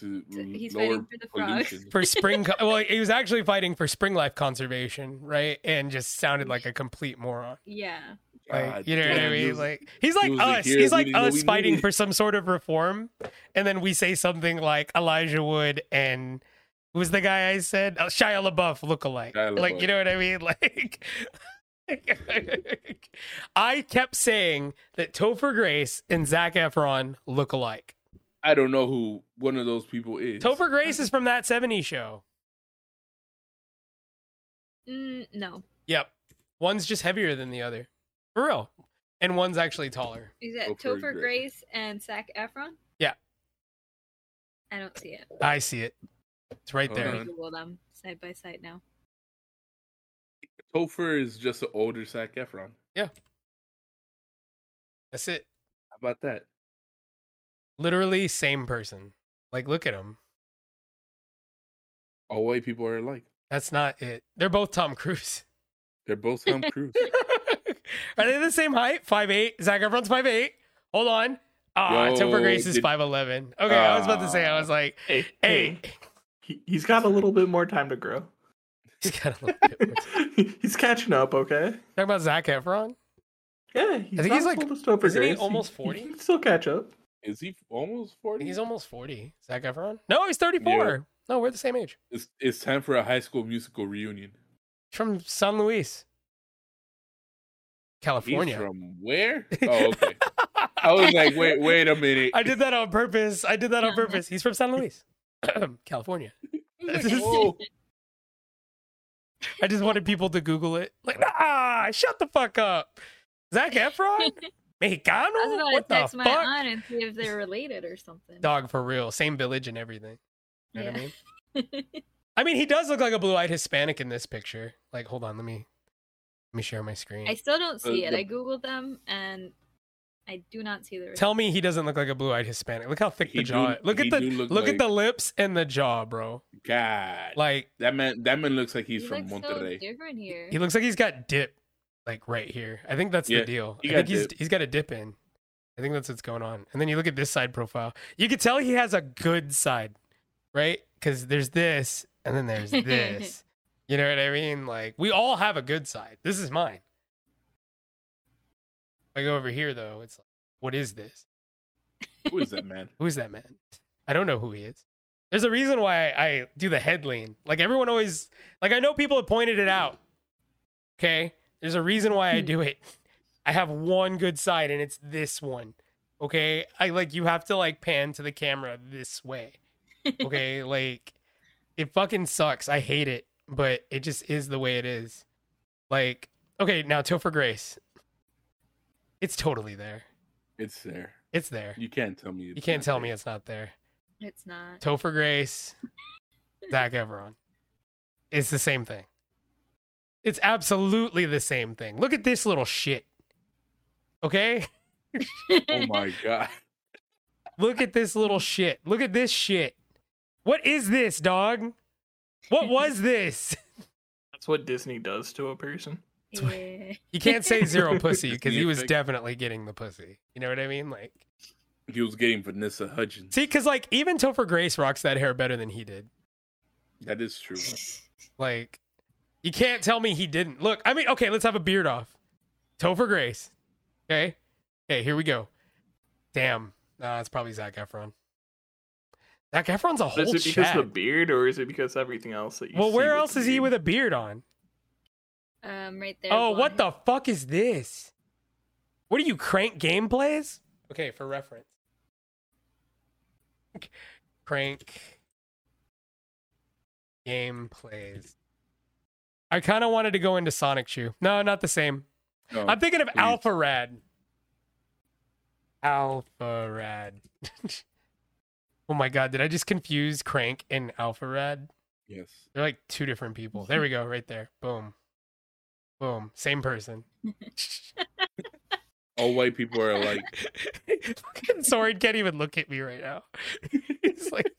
Speaker 2: to
Speaker 3: He's
Speaker 2: lower
Speaker 3: fighting for the frogs.
Speaker 2: pollution.
Speaker 1: For spring co- well he was actually fighting for spring life conservation, right? And just sounded like a complete moron.
Speaker 3: Yeah.
Speaker 1: Like,
Speaker 2: God
Speaker 1: you know what I
Speaker 2: damn, he
Speaker 1: mean?
Speaker 2: was-
Speaker 1: like he's like
Speaker 2: was like,
Speaker 1: us.
Speaker 2: "Here,
Speaker 1: he's
Speaker 2: we
Speaker 1: like
Speaker 2: didn't know
Speaker 1: us
Speaker 2: we
Speaker 1: fighting
Speaker 2: needed."
Speaker 1: for some sort of reform, and then we say something like Elijah Wood and who was the guy I said Uh, Shia LaBeouf look alike.
Speaker 2: Shia
Speaker 1: Like you
Speaker 2: LaBeouf.
Speaker 1: know what I mean? Like. I kept saying that Topher Grace and Zach Efron look alike.
Speaker 2: I don't know who one of those people is.
Speaker 1: Topher Grace is from that 70s show.
Speaker 3: Mm, no.
Speaker 1: Yep. One's just heavier than the other. For real. And one's actually taller.
Speaker 3: Is that
Speaker 2: Topher Grace.
Speaker 3: Topher Grace and Zac Efron?
Speaker 1: Yeah.
Speaker 3: I don't see it.
Speaker 1: I see it. It's right
Speaker 2: Hold
Speaker 1: there.
Speaker 3: Let me
Speaker 2: on.
Speaker 3: Google them side by side now.
Speaker 2: Topher is just an older Zac Efron.
Speaker 1: That's it.
Speaker 2: How about that?
Speaker 1: literally same person. Like, look at him.
Speaker 2: All white people are alike.
Speaker 1: That's not it. They're both Tom Cruise.
Speaker 2: They're both Tom Cruise.
Speaker 1: Are they the same height? Five eight. Zach Efron's five eight. Hold on. Ah,
Speaker 2: Yo,
Speaker 1: Topher Grace is
Speaker 2: did- Ah.
Speaker 1: five eleven. Okay, I was about to say. I was like,
Speaker 4: Hey,
Speaker 1: hey,
Speaker 2: Hmm.
Speaker 4: He, he's got a little bit more time to grow.
Speaker 1: he's got a little bit more. Talking
Speaker 4: he's catching up, okay?
Speaker 1: about Zach Efron.
Speaker 4: Yeah, he's
Speaker 1: I think he's
Speaker 4: not as
Speaker 1: like-
Speaker 4: old as Topher
Speaker 1: isn't he
Speaker 4: Grace.
Speaker 1: almost
Speaker 4: He-
Speaker 1: 40?
Speaker 4: He can still catch up.
Speaker 2: is he almost
Speaker 1: I think
Speaker 2: forty?
Speaker 1: He's almost forty. Zach Efron. No, he's thirty four. No, we're the same age.
Speaker 2: It's, it's time for a High School Musical reunion.
Speaker 1: He's from San Luis,
Speaker 2: He's
Speaker 1: California.
Speaker 2: from where? Oh, okay. I was like, wait, wait a minute.
Speaker 1: I did that on purpose. I did that on purpose. He's from San Luis, California.
Speaker 2: I was like, oh,
Speaker 1: I just wanted people to Google it. Like, ah, shut the fuck up. Zach Efron? Mexicano?
Speaker 3: I was about
Speaker 1: What
Speaker 3: to
Speaker 1: the
Speaker 3: text my
Speaker 1: fuck?
Speaker 3: aunt and see if they're related or something.
Speaker 1: Dog for real. Same village and everything. You know what I
Speaker 3: Yeah.
Speaker 1: mean? I mean, he does look like a blue eyed Hispanic in this picture. Like, hold on, let me let me share my screen.
Speaker 3: I still don't see
Speaker 2: Uh,
Speaker 3: it.
Speaker 2: the-
Speaker 3: I googled them and I do not see the.
Speaker 1: Tell me he doesn't look like a blue eyed Hispanic. Look how thick
Speaker 2: He
Speaker 1: the jaw
Speaker 2: do-
Speaker 1: look
Speaker 2: he
Speaker 1: at the
Speaker 2: do
Speaker 1: look,
Speaker 2: look
Speaker 1: at
Speaker 2: like-
Speaker 1: the lips and the jaw, bro.
Speaker 2: God,
Speaker 1: Like
Speaker 2: that man. That man looks like he's
Speaker 3: He
Speaker 2: from
Speaker 3: looks
Speaker 2: Monterrey.
Speaker 3: So different here.
Speaker 1: he looks like he's got dip like right here. I think that's
Speaker 2: Yeah,
Speaker 1: the deal.
Speaker 2: he
Speaker 1: I
Speaker 2: got
Speaker 1: think he's
Speaker 2: dip.
Speaker 1: he's got a dip in. I think that's what's going on. And then you look at this side profile. You could tell he has a good side, right? Because there's this, and then there's this. you know what I mean? Like we all have a good side. This is mine. If I go over here though, it's like, what is this?
Speaker 2: Who is that man?
Speaker 1: Who is that man? I don't know who he is. There's a reason why I, I do the head lean. Like everyone always, like I know people have pointed it out. Okay, there's a reason why I do it. I have one good side, and it's this one. Okay, I like you have to like pan to the camera this way. Okay, like it fucking sucks. I hate it, but it just is the way it is. Like okay, now Topher Grace, it's totally there.
Speaker 2: It's there.
Speaker 1: It's there.
Speaker 2: You can't tell me.
Speaker 1: You can't tell me it's not there.
Speaker 3: It's not.
Speaker 1: Topher Grace, Zach Everon. It's the same thing. It's absolutely the same thing. Look at this little shit. Okay?
Speaker 2: Oh my god!
Speaker 1: Look at this little shit. Look at this shit. What is this, dog? What was this?
Speaker 4: That's what Disney does to a person.
Speaker 3: Yeah.
Speaker 1: You can't say zero pussy because he was definitely getting the pussy. You know what I mean? Like,
Speaker 2: He was getting Vanessa Hudgens.
Speaker 1: see, because like even Topher Grace rocks that hair better than he did.
Speaker 2: That is true.
Speaker 1: Like, you can't tell me he didn't. Look, I mean, okay, let's have a beard off. Topher Grace. Okay. Okay, here we go. Damn. Nah, it's probably Zach Efron. Zach Efron's a
Speaker 4: Is
Speaker 1: whole
Speaker 4: it because of the
Speaker 1: chat.
Speaker 4: beard, or is it because everything else that you?
Speaker 1: Well,
Speaker 4: see
Speaker 1: where
Speaker 4: with
Speaker 1: else
Speaker 4: the
Speaker 1: is he
Speaker 4: beard?
Speaker 1: with a beard on?
Speaker 3: Um, right there.
Speaker 1: Oh, what the
Speaker 3: blonde.
Speaker 1: fuck is this? What are you crank gameplays? Okay, for reference. Crank gameplays. I kind of wanted to go into Sonic Shoe. No, not the same.
Speaker 2: No,
Speaker 1: I'm thinking of
Speaker 2: Oh, please.
Speaker 1: Alpha Rad. Alpha Rad. oh my god, did I just confuse Crank and Alpha Rad?
Speaker 2: yes.
Speaker 1: They're like two different people. There we go, right there. Boom. Boom. Same person.
Speaker 2: All white people are like,
Speaker 1: Fucking Soren can't even look at me right now. He's like,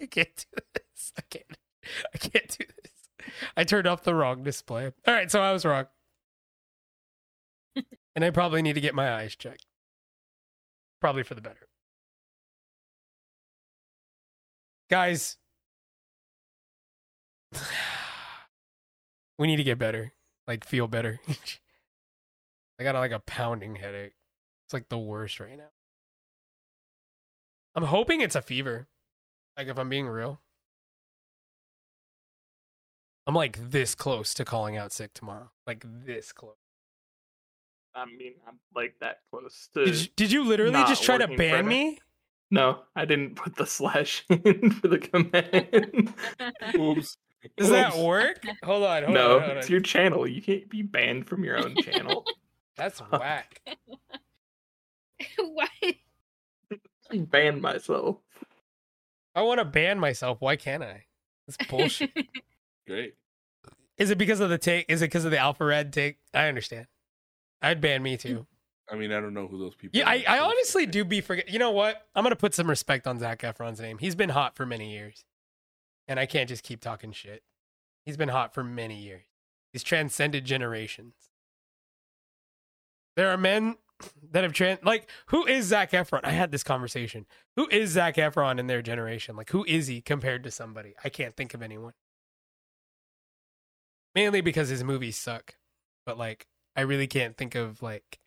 Speaker 1: I can't do this. I can't. I can't do this. I turned off the wrong display. All right, so I was wrong. And I probably need to get my eyes checked. Probably for the better. Guys, we need to get better. Like, feel better. I got like a pounding headache. It's like the worst right now. I'm hoping it's a fever. Like if I'm being real. I'm like this close to calling out sick tomorrow. Like this close.
Speaker 4: I mean, I'm like that close to.
Speaker 1: Did you, did you literally
Speaker 4: not
Speaker 1: just try to
Speaker 4: working for
Speaker 1: ban
Speaker 4: me.
Speaker 1: me?
Speaker 4: No, I didn't put the slash in for the command.
Speaker 2: oops.
Speaker 1: Does that
Speaker 2: Oops.
Speaker 1: work? Hold on, hold
Speaker 4: no,
Speaker 1: on. Hold on.
Speaker 4: it's your channel. You can't be banned from your own channel.
Speaker 1: That's whack.
Speaker 3: Why?
Speaker 4: I banned myself.
Speaker 1: I want to ban myself. Why can't I? It's bullshit.
Speaker 2: Great.
Speaker 1: Is it because of the take? Is it because of the alpha red take? I understand. I'd ban me too.
Speaker 2: I mean, I don't know who those people.
Speaker 1: Yeah,
Speaker 2: are.
Speaker 1: I, I honestly do be forget. You know what? I'm gonna put some respect on Zach Efron's name. He's been hot for many years, and I can't just keep talking shit. He's been hot for many years. He's transcended generations. There are men that have trans like who is Zach Efron? I had this conversation. Who is Zach Efron in their generation? Like who is he compared to somebody? I can't think of anyone. Mainly because his movies suck, but like I really can't think of like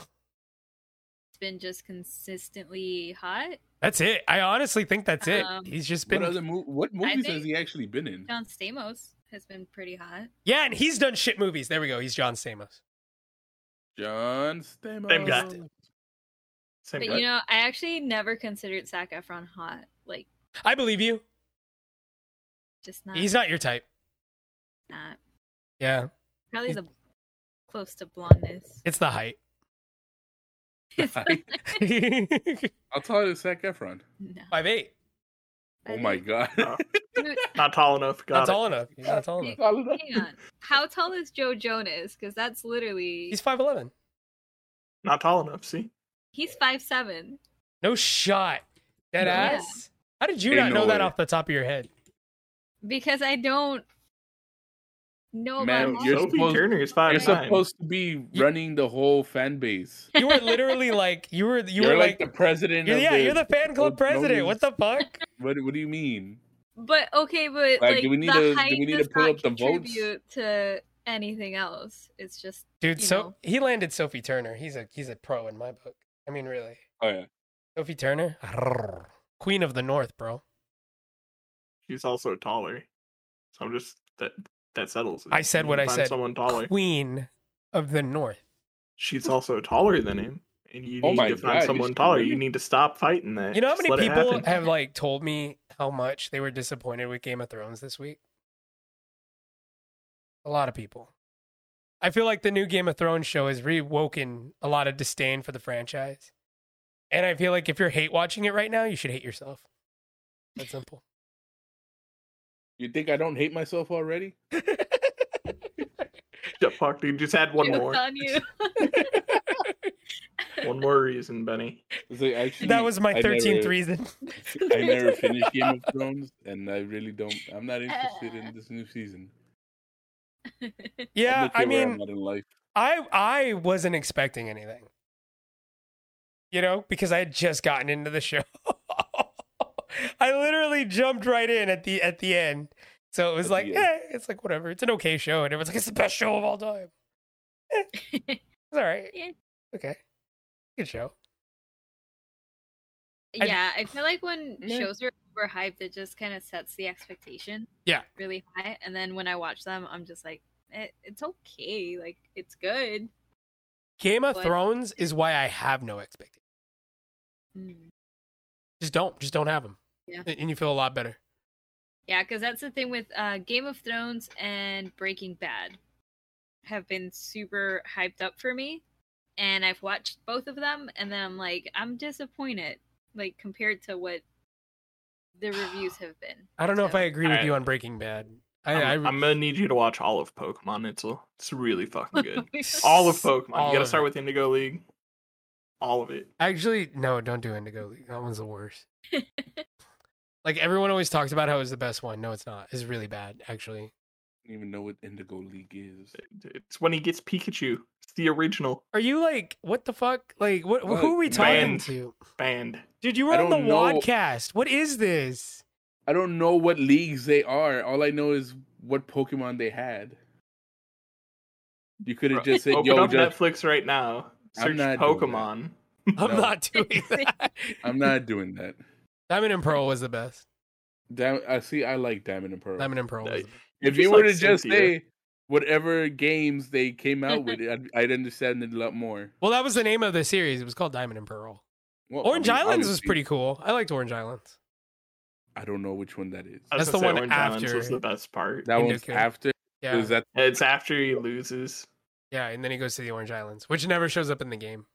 Speaker 3: It's been just consistently hot.
Speaker 1: That's it. I honestly think that's it.
Speaker 3: Um,
Speaker 1: He's just
Speaker 2: What
Speaker 1: been
Speaker 2: other mo- What movies has
Speaker 3: think-
Speaker 2: he actually been in?
Speaker 3: John Stamos has been pretty hot.
Speaker 1: yeah, and he's done shit movies. There we go. He's John Stamos.
Speaker 2: John Stamos.
Speaker 4: Same guy. Same
Speaker 3: But
Speaker 4: guy.
Speaker 3: you know, I actually never considered Zac Efron hot. Like,
Speaker 1: I believe you.
Speaker 3: just not.
Speaker 1: He's not your type.
Speaker 3: not.
Speaker 1: Yeah,
Speaker 3: Probably
Speaker 1: He's-
Speaker 3: the close to blondness.
Speaker 1: it's the height.
Speaker 2: Hi. I'll tell you, Zac Efron.
Speaker 3: No.
Speaker 1: Five eight.
Speaker 2: Oh my god.
Speaker 4: Oh,
Speaker 3: Dude,
Speaker 4: Not tall enough. Got
Speaker 1: Not
Speaker 4: it.
Speaker 1: tall enough. He's not tall enough.
Speaker 3: hang on. How tall is Joe Jonas? Because that's literally
Speaker 1: He's five eleven.
Speaker 4: Not tall enough. See,
Speaker 3: he's five seven.
Speaker 1: No shot. Dead
Speaker 3: Yeah.
Speaker 1: ass. How did you
Speaker 2: Ain't
Speaker 1: not
Speaker 2: no
Speaker 1: know that
Speaker 2: way.
Speaker 1: off the top of your head?
Speaker 3: Because I don't No,
Speaker 2: Man,
Speaker 3: about
Speaker 2: you're
Speaker 3: Molly.
Speaker 4: Sophie
Speaker 2: supposed-
Speaker 4: Turner is five
Speaker 2: You're
Speaker 4: nine.
Speaker 2: supposed to be running the whole fan base.
Speaker 1: You were literally like you were you
Speaker 2: You are
Speaker 1: were
Speaker 2: like,
Speaker 1: like,
Speaker 2: the president.
Speaker 1: you're-
Speaker 2: of
Speaker 1: yeah,
Speaker 2: the,
Speaker 1: you're the fan club
Speaker 2: Nobody's-
Speaker 1: president. What the fuck?
Speaker 2: What, what do you mean?
Speaker 3: But okay, but like,
Speaker 2: Like, do we need
Speaker 3: the
Speaker 2: to- do we
Speaker 3: height
Speaker 2: need to
Speaker 3: does
Speaker 2: pull
Speaker 3: not
Speaker 2: up the votes?
Speaker 3: contribute to anything else. It's just
Speaker 1: Dude,
Speaker 3: You
Speaker 1: so
Speaker 3: know.
Speaker 1: he landed Sophie Turner. He's a he's a pro in my book. I mean, really.
Speaker 2: Oh yeah,
Speaker 1: Sophie Turner? Queen of the North, bro.
Speaker 4: She's also taller. So I'm just that that settles. it.
Speaker 1: I said
Speaker 4: You
Speaker 1: what I
Speaker 4: find
Speaker 1: said.
Speaker 4: Someone taller.
Speaker 1: Queen of the North.
Speaker 4: She's also taller than him, and you need
Speaker 2: Oh my
Speaker 4: to
Speaker 2: God,
Speaker 4: find
Speaker 2: is
Speaker 4: someone
Speaker 2: she
Speaker 4: taller.
Speaker 2: really?
Speaker 4: You need to stop fighting that.
Speaker 1: You know how
Speaker 4: Eh, Just
Speaker 1: many
Speaker 4: let it
Speaker 1: people
Speaker 4: happen.
Speaker 1: have like told me how much they were disappointed with Game of Thrones this week? A lot of people. I feel like the new Game of Thrones show has rewoken a lot of disdain for the franchise. And I feel like if you're hate watching it right now, you should hate yourself. That's simple.
Speaker 2: you think I don't hate myself already?
Speaker 4: Yeah, fuck, dude. Just add one
Speaker 3: jokes
Speaker 4: more.
Speaker 3: on you.
Speaker 4: One more reason, Benny.
Speaker 2: It's like, actually,
Speaker 1: that was my
Speaker 2: I never-
Speaker 1: 13th reason.
Speaker 2: I never finished Game of Thrones, and I really don't. I'm not interested
Speaker 4: Uh.
Speaker 2: in this new season. I'm
Speaker 1: Yeah,
Speaker 2: okay
Speaker 1: I
Speaker 2: where
Speaker 1: mean,
Speaker 2: I'm at in life.
Speaker 1: I I wasn't expecting anything. You know, because I had just gotten into the show. I literally jumped right in at the at the end. So it was
Speaker 2: At the
Speaker 1: like,
Speaker 2: end.
Speaker 1: eh, it's like whatever. It's an okay show. And everyone's like, it's the best show of all time. Eh, it's all right.
Speaker 3: Yeah.
Speaker 1: Okay. Good show. I-
Speaker 3: yeah, I feel like when
Speaker 1: Yeah.
Speaker 3: shows are overhyped, it just kind of sets the expectation.
Speaker 1: Yeah.
Speaker 3: Really high, and then when I watch them, I'm just like, it, it's okay. Like it's good.
Speaker 1: Game of
Speaker 3: What?
Speaker 1: Thrones is why I have no expectations. Hmm.
Speaker 3: Mm.
Speaker 1: Just don't. Just don't have them.
Speaker 3: Yeah.
Speaker 1: And you feel a lot better.
Speaker 3: Yeah, because that's the thing with uh, Game of Thrones and Breaking Bad have been super hyped up for me, and I've watched both of them, and then I'm like, I'm disappointed, like compared to what the reviews have been.
Speaker 1: I don't know if
Speaker 3: So-
Speaker 1: I agree with
Speaker 4: I-
Speaker 1: you on Breaking Bad. I, I,
Speaker 4: I'm, I'm gonna need you to watch all of Pokemon. It's a, it's really fucking good.
Speaker 3: It's
Speaker 4: All of Pokemon.
Speaker 1: All
Speaker 4: you gotta
Speaker 1: of
Speaker 4: start
Speaker 1: it.
Speaker 4: with Indigo League. All of it.
Speaker 1: Actually, no, don't do Indigo League. That one's the worst. like everyone always talks about how it's the best one. No, it's not. It's really bad, actually.
Speaker 2: I don't even know what Indigo League is.
Speaker 4: It's when he gets Pikachu. It's the original
Speaker 1: Are you like what the fuck? Like what? who are we
Speaker 2: Look,
Speaker 1: talking
Speaker 4: man.
Speaker 1: to,
Speaker 4: band.
Speaker 1: dude? You
Speaker 2: Uh, I
Speaker 1: were on the
Speaker 2: don't know.
Speaker 1: Wadcast. What is this?
Speaker 2: I don't know what leagues they are. All I know is what Pokemon they had. You could have
Speaker 4: Bro,
Speaker 2: just said,
Speaker 4: Open
Speaker 2: "Yo,
Speaker 4: up
Speaker 2: just,
Speaker 4: Netflix right now.
Speaker 2: I'm
Speaker 4: Search
Speaker 2: not doing
Speaker 4: Pokemon.
Speaker 1: I'm
Speaker 2: No.
Speaker 1: not doing that.
Speaker 2: I'm not doing that."
Speaker 1: Diamond and Pearl was the best.
Speaker 2: Dam- I see. I like Diamond and Pearl.
Speaker 1: Diamond and Pearl. Was the
Speaker 4: Like,
Speaker 1: best.
Speaker 2: if
Speaker 4: Just
Speaker 2: you were
Speaker 4: like
Speaker 2: to just
Speaker 4: Cynthia.
Speaker 2: say whatever games they came out with, I'd, I'd understand it a lot more.
Speaker 1: Well, that was the name of the series. It was called Diamond and Pearl.
Speaker 2: Well, Oh, I
Speaker 1: Orange
Speaker 2: mean,
Speaker 1: Islands was
Speaker 2: honestly,
Speaker 1: pretty cool. I liked Orange Islands.
Speaker 2: I don't know which one that is.
Speaker 4: I was
Speaker 1: That's the
Speaker 4: gonna say
Speaker 1: one
Speaker 4: Orange Islands
Speaker 1: after.
Speaker 4: was the best part.
Speaker 2: That one's
Speaker 1: Indica.
Speaker 2: after.
Speaker 1: Yeah,
Speaker 2: Is that
Speaker 4: It's after he loses.
Speaker 1: yeah. And then he goes to the Orange Islands, which never shows up in the game.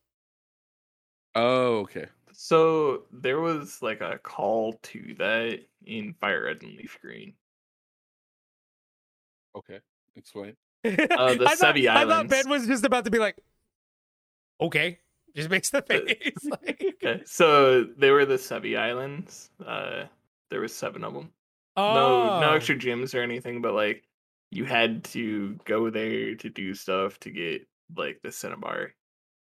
Speaker 2: Oh, okay.
Speaker 4: So there was like a call to that in Fire Red and Leaf Green.
Speaker 2: Okay. Explain.
Speaker 4: Uh, the
Speaker 1: I thought,
Speaker 4: Sevi
Speaker 1: I thought
Speaker 4: Islands.
Speaker 1: Ben was just about to be like, okay, just makes the face. like,
Speaker 4: Okay, so they were the Sevi Islands. Uh, there was seven of them. No, no
Speaker 1: oh.
Speaker 4: extra gyms or anything, but like you had to go there to do stuff to get like the Cinnabar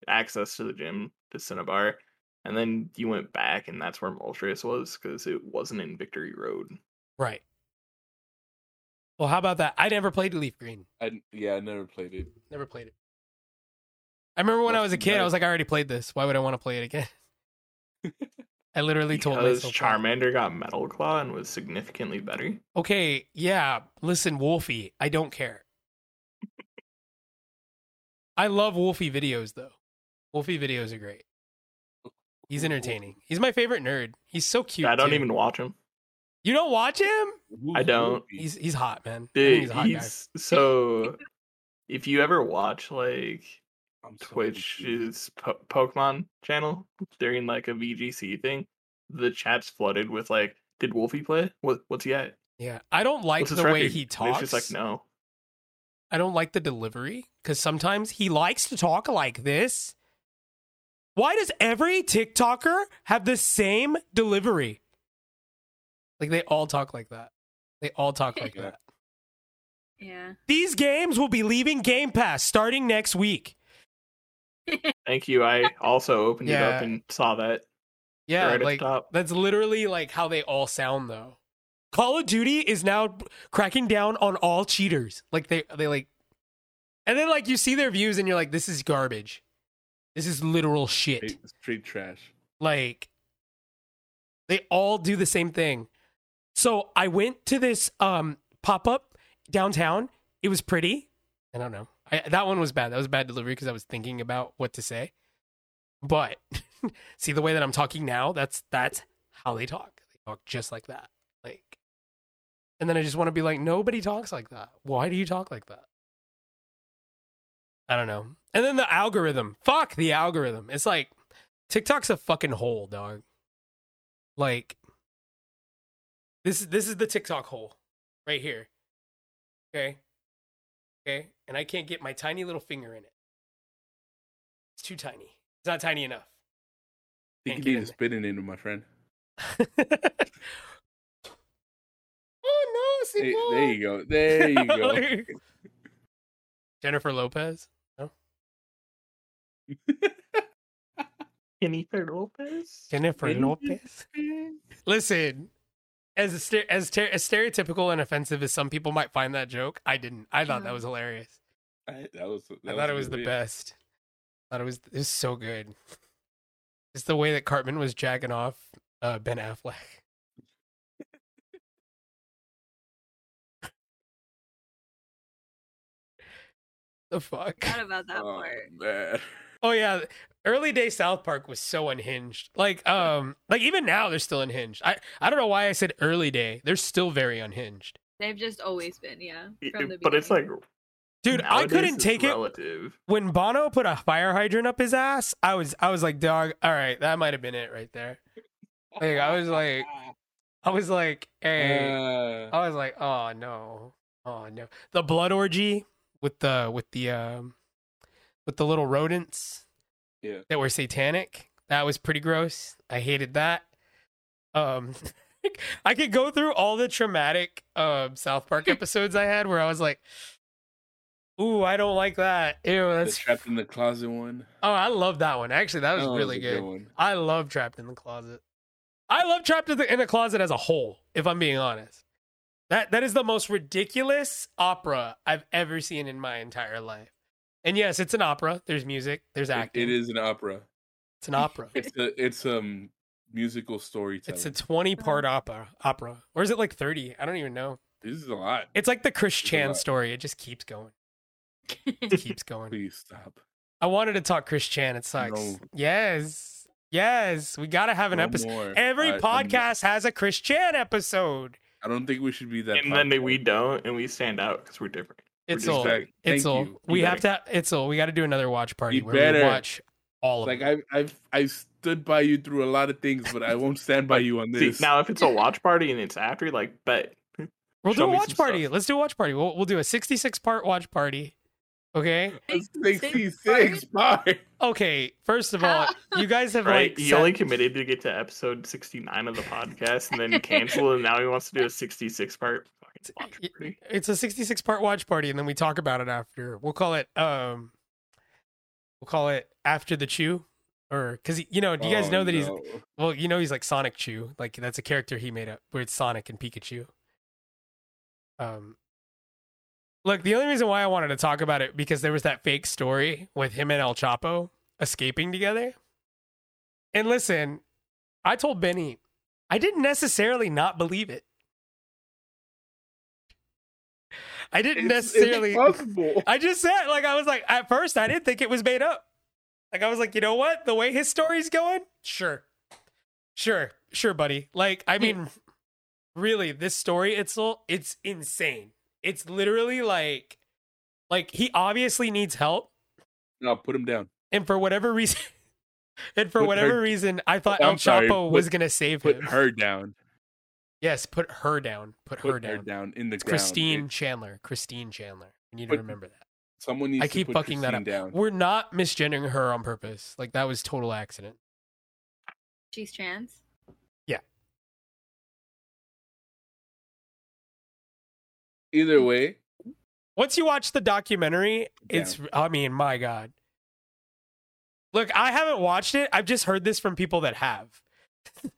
Speaker 4: access to the gym, to Cinnabar, and then you went back, and that's where Moltres was because it wasn't in Victory Road.
Speaker 1: Right. Well, how about that? I never played Leaf Green.
Speaker 2: I yeah, I never played it.
Speaker 1: Never played it. I remember when I was a kid, I was like, I already played this. Why would I want to play it again? I literally told
Speaker 4: because
Speaker 1: myself. that.
Speaker 4: Charmander got Metal Claw and was significantly better.
Speaker 1: Okay, yeah. Listen, Wolfie, I don't care. I love Wolfie videos though. Wolfie videos are great. He's entertaining. He's my favorite nerd. He's so cute.
Speaker 4: I don't
Speaker 1: too.
Speaker 4: even watch him.
Speaker 1: You don't watch him?
Speaker 4: I don't.
Speaker 1: He's he's hot, man. I think
Speaker 4: Dude,
Speaker 1: he's a hot guy.
Speaker 4: he's so. If you ever watch like
Speaker 2: I'm so confused.
Speaker 4: Twitch's po- Pokemon channel during like a VGC thing, the chat's flooded with like, "Did Wolfie play? What? What's he at?
Speaker 1: Yeah, I don't like
Speaker 4: What's his
Speaker 1: the way
Speaker 4: record?"
Speaker 1: he
Speaker 4: And
Speaker 1: talks.
Speaker 4: It's just like no.
Speaker 1: I don't like the delivery because sometimes he likes to talk like this. Why does every TikToker have the same delivery? Like they all talk like that. They all talk like
Speaker 2: Yeah.
Speaker 1: that.
Speaker 3: Yeah.
Speaker 1: These games will be leaving Game Pass starting next week.
Speaker 4: Thank you. I also opened it
Speaker 1: Yeah.
Speaker 4: up and saw that.
Speaker 1: Yeah,
Speaker 4: Right at the
Speaker 1: like
Speaker 4: top.
Speaker 1: that's literally like how they all sound though. Call of Duty is now cracking down on all cheaters. Like they they like and then like you see their views and you're like this is garbage. This is literal shit.
Speaker 2: Straight, straight trash.
Speaker 1: Like they all do the same thing. So I went to this um pop-up downtown. It was pretty. I don't know. I, that one was bad. That was bad delivery because I was thinking about what to say. But see the way that I'm talking now, that's that's how they talk. They talk just like that. Like and then I just want to be like, nobody talks like that. Why do you talk like that? I don't know. And then the algorithm. Fuck the algorithm. It's like TikTok's a fucking hole, dog. Like this this is the TikTok hole right here. Okay. Okay. And I can't get my tiny little finger in it. It's too tiny. It's not tiny enough.
Speaker 2: Think
Speaker 1: Can't
Speaker 2: you
Speaker 1: get
Speaker 2: need
Speaker 1: in
Speaker 2: to
Speaker 1: there.
Speaker 2: spit it into my friend.
Speaker 1: oh no,
Speaker 2: Hey, there you go. There you go.
Speaker 1: Jennifer Lopez.
Speaker 4: Jennifer Lopez.
Speaker 1: Jennifer Lopez. Listen, as a ster- as, ter- as stereotypical and offensive as some people might find that joke, I didn't. I thought that was hilarious.
Speaker 2: I- that was. That
Speaker 1: I thought it was the
Speaker 2: legit.
Speaker 1: best. I thought it was it was so good. It's the way that Cartman was jacking off uh, Ben Affleck. the fuck.
Speaker 3: Forgot about that
Speaker 2: Oh,
Speaker 3: part.
Speaker 2: man.
Speaker 1: Oh yeah, early day South Park was so unhinged. Like um, like even now they're still unhinged. I I don't know why I said early day. They're still very unhinged.
Speaker 3: They've just always been, yeah. From the
Speaker 4: But it's
Speaker 3: beginning.
Speaker 4: like
Speaker 1: Dude, I
Speaker 4: nowadays
Speaker 1: couldn't
Speaker 4: it's
Speaker 1: take it
Speaker 4: relative.
Speaker 1: when Bono put a fire hydrant up his ass, I was I was like, dog, all right, that might have been it right there. Like I was like, I was like, hey,
Speaker 2: Uh,
Speaker 1: I was like, oh no, oh no, the blood orgy with the with the um with the little rodents,
Speaker 2: Yeah.
Speaker 1: that were satanic. That was pretty gross. I hated that. Um, I could go through all the traumatic um South Park episodes I had where I was like. Ooh, I don't like that. Ew,
Speaker 2: the
Speaker 1: that's
Speaker 2: trapped in the closet one.
Speaker 1: Oh, I love that one. Actually, that was really
Speaker 2: a
Speaker 1: good.
Speaker 2: one.
Speaker 1: I love Trapped in the Closet. I love Trapped in the, in the Closet as a whole, if I'm being honest. That that is the most ridiculous opera I've ever seen in my entire life. And yes, it's an opera. There's music, there's
Speaker 2: It-
Speaker 1: acting.
Speaker 2: it is an opera.
Speaker 1: It's an opera.
Speaker 2: It's a it's um musical storytelling.
Speaker 1: it's a 20-part opera, opera. Or is it like 30? I don't even know.
Speaker 2: this is a lot.
Speaker 1: It's like the Chris
Speaker 2: a
Speaker 1: Chan
Speaker 2: lot.
Speaker 1: story. It just keeps going. It keeps going.
Speaker 2: Please stop.
Speaker 1: I wanted to talk Chris Chan. It sucks.
Speaker 2: No.
Speaker 1: Yes. Yes. We got to have an
Speaker 2: No
Speaker 1: episode.
Speaker 2: more.
Speaker 1: Every
Speaker 2: I- I'm-
Speaker 1: podcast has a Chris Chan episode.
Speaker 2: I don't think we should be that.
Speaker 4: And then they,
Speaker 2: podcast.
Speaker 4: we don't, and we stand out because we're different. We're
Speaker 1: It's
Speaker 4: just
Speaker 1: all.
Speaker 2: like,
Speaker 1: It's
Speaker 2: thank
Speaker 1: all.
Speaker 2: you.
Speaker 1: We
Speaker 4: You
Speaker 1: have to. It's all. We got to do another watch party
Speaker 2: You
Speaker 1: where we
Speaker 2: better.
Speaker 1: watch all of
Speaker 2: Like
Speaker 1: them.
Speaker 2: I've I've I've stood by you through a lot of things, but I won't stand by you on
Speaker 4: See,
Speaker 2: this.
Speaker 4: now if it's a watch party and it's after, like, bet
Speaker 1: we'll do
Speaker 4: show
Speaker 1: a
Speaker 4: me some
Speaker 1: watch party.
Speaker 4: stuff.
Speaker 1: Let's do a watch party. We'll, we'll do a 66 part watch party. Okay.
Speaker 2: sixty six part.
Speaker 1: Okay. First of all, you guys have
Speaker 4: right?
Speaker 1: like.
Speaker 4: he
Speaker 1: set-
Speaker 4: only committed to get to episode sixty nine of the podcast and then canceled, and now he wants to do a sixty six part fucking watch
Speaker 1: y-
Speaker 4: party.
Speaker 1: it's a 66 part watch party and then we talk about it after we'll call it um we'll call it after the chew or because you know do you guys
Speaker 2: Oh,
Speaker 1: know that he's
Speaker 2: no.
Speaker 1: well you know he's like sonic chew like that's a character he made up where it's sonic and pikachu um look the only reason why i wanted to talk about it because there was that fake story with him and el chapo escaping together and listen i told benny i didn't necessarily not believe it i didn't
Speaker 2: It's- it's
Speaker 1: necessarily
Speaker 2: possible.
Speaker 1: I just said, like, I was like, at first, I didn't think it was made up. Like, I was like, you know what? The way his story's going, sure. Sure. Sure, buddy. Like, I mean, really, this story, it's, l- it's insane. It's literally like, like, he obviously needs help.
Speaker 2: No, put him down.
Speaker 1: And for whatever reason, and for
Speaker 2: Put her-
Speaker 1: whatever reason, I thought
Speaker 2: I'm
Speaker 1: El Chapo
Speaker 2: sorry, put-
Speaker 1: was going to save
Speaker 2: Put
Speaker 1: him.
Speaker 2: her down.
Speaker 1: yes, put her down. Put,
Speaker 2: Put
Speaker 1: her down.
Speaker 2: in the
Speaker 1: It's
Speaker 2: ground.
Speaker 1: Christine
Speaker 2: It-
Speaker 1: Chandler. Christine Chandler. We need
Speaker 2: Put-
Speaker 1: to remember that.
Speaker 2: someone needs
Speaker 1: I
Speaker 2: to
Speaker 1: keep
Speaker 2: put
Speaker 1: fucking that
Speaker 2: Christine
Speaker 1: up.
Speaker 2: down.
Speaker 1: We're not misgendering her on purpose. Like that was total accident.
Speaker 3: She's trans.
Speaker 2: Either way,
Speaker 1: Once you watch the documentary, it's I mean, my god. Look, I haven't watched it. I've just heard this from people that have.
Speaker 2: I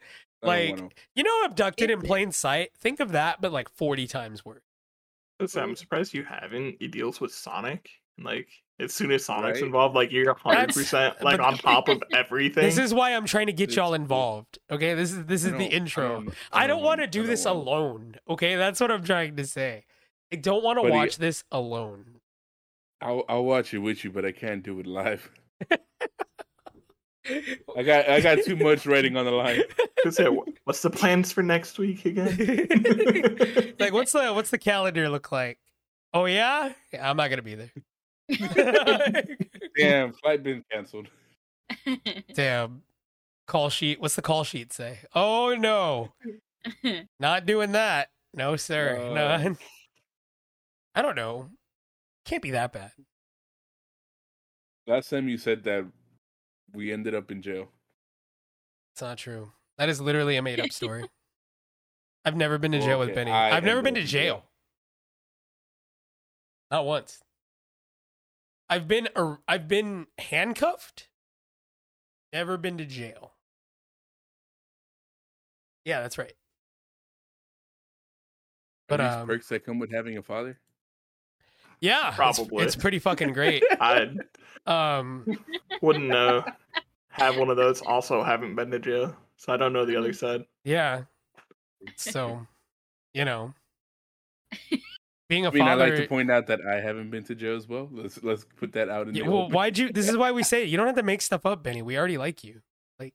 Speaker 1: Like,
Speaker 2: don't wanna-
Speaker 1: you know, abducted in plain sight. Think of that, but like forty times worse.
Speaker 4: Listen, I'm surprised you haven't. It deals with Sonic. and, Like as soon as Sonic's
Speaker 2: Right.
Speaker 4: involved, like you're 100 percent like
Speaker 1: but-
Speaker 4: on top of everything.
Speaker 1: This is why I'm trying to get
Speaker 2: It's-
Speaker 1: y'all involved. Okay, this is this
Speaker 2: I
Speaker 1: is the
Speaker 2: don't- I
Speaker 1: intro.
Speaker 2: don't-
Speaker 1: I don't want
Speaker 2: I
Speaker 1: to do
Speaker 2: don't
Speaker 1: this
Speaker 2: want-
Speaker 1: alone. Okay, that's what I'm trying to say. I don't want to
Speaker 2: But he-
Speaker 1: watch this alone.
Speaker 2: I'll, I'll watch it with you, but I can't do it live. I got I got too much writing on the line.
Speaker 4: Just say, "Wha- What's the plans for next week again?
Speaker 1: like, what's the what's the calendar look like? Oh yeah, Yeah, I'm not gonna be there.
Speaker 2: Damn, flight been canceled.
Speaker 1: Uh, Damn. Call sheet. What's the call sheet say? Oh no, not doing that. No sir,
Speaker 2: Oh.
Speaker 1: no. I don't know. Can't be that bad.
Speaker 2: Last time you said that, we ended up in jail.
Speaker 1: It's not true. That is literally a made up story. I've never been to jail with
Speaker 2: Okay,
Speaker 1: Benny.
Speaker 2: I
Speaker 1: I've never
Speaker 2: am
Speaker 1: been to
Speaker 2: going to jail.
Speaker 1: jail. Not once. I've been ar- I've been handcuffed. Never been to jail. Yeah, that's right. But,
Speaker 2: But these
Speaker 1: um,
Speaker 2: perks that come with having a father.
Speaker 1: Yeah, it's-
Speaker 4: Probably.
Speaker 1: It's, pretty fucking great.
Speaker 4: I
Speaker 1: um,
Speaker 4: wouldn't know. Have one of those. Also, haven't been to jail, so I don't know the other
Speaker 1: Mm-hmm.
Speaker 4: side.
Speaker 1: yeah. So, you know, being a
Speaker 2: I mean,
Speaker 1: father.
Speaker 2: I like to point out that I haven't been to jail as well. Let's let's put that out in
Speaker 1: Yeah,
Speaker 2: the
Speaker 1: well,
Speaker 2: open.
Speaker 1: why'd you? This is why we say you don't have to make stuff up, Benny. We already like you. Like,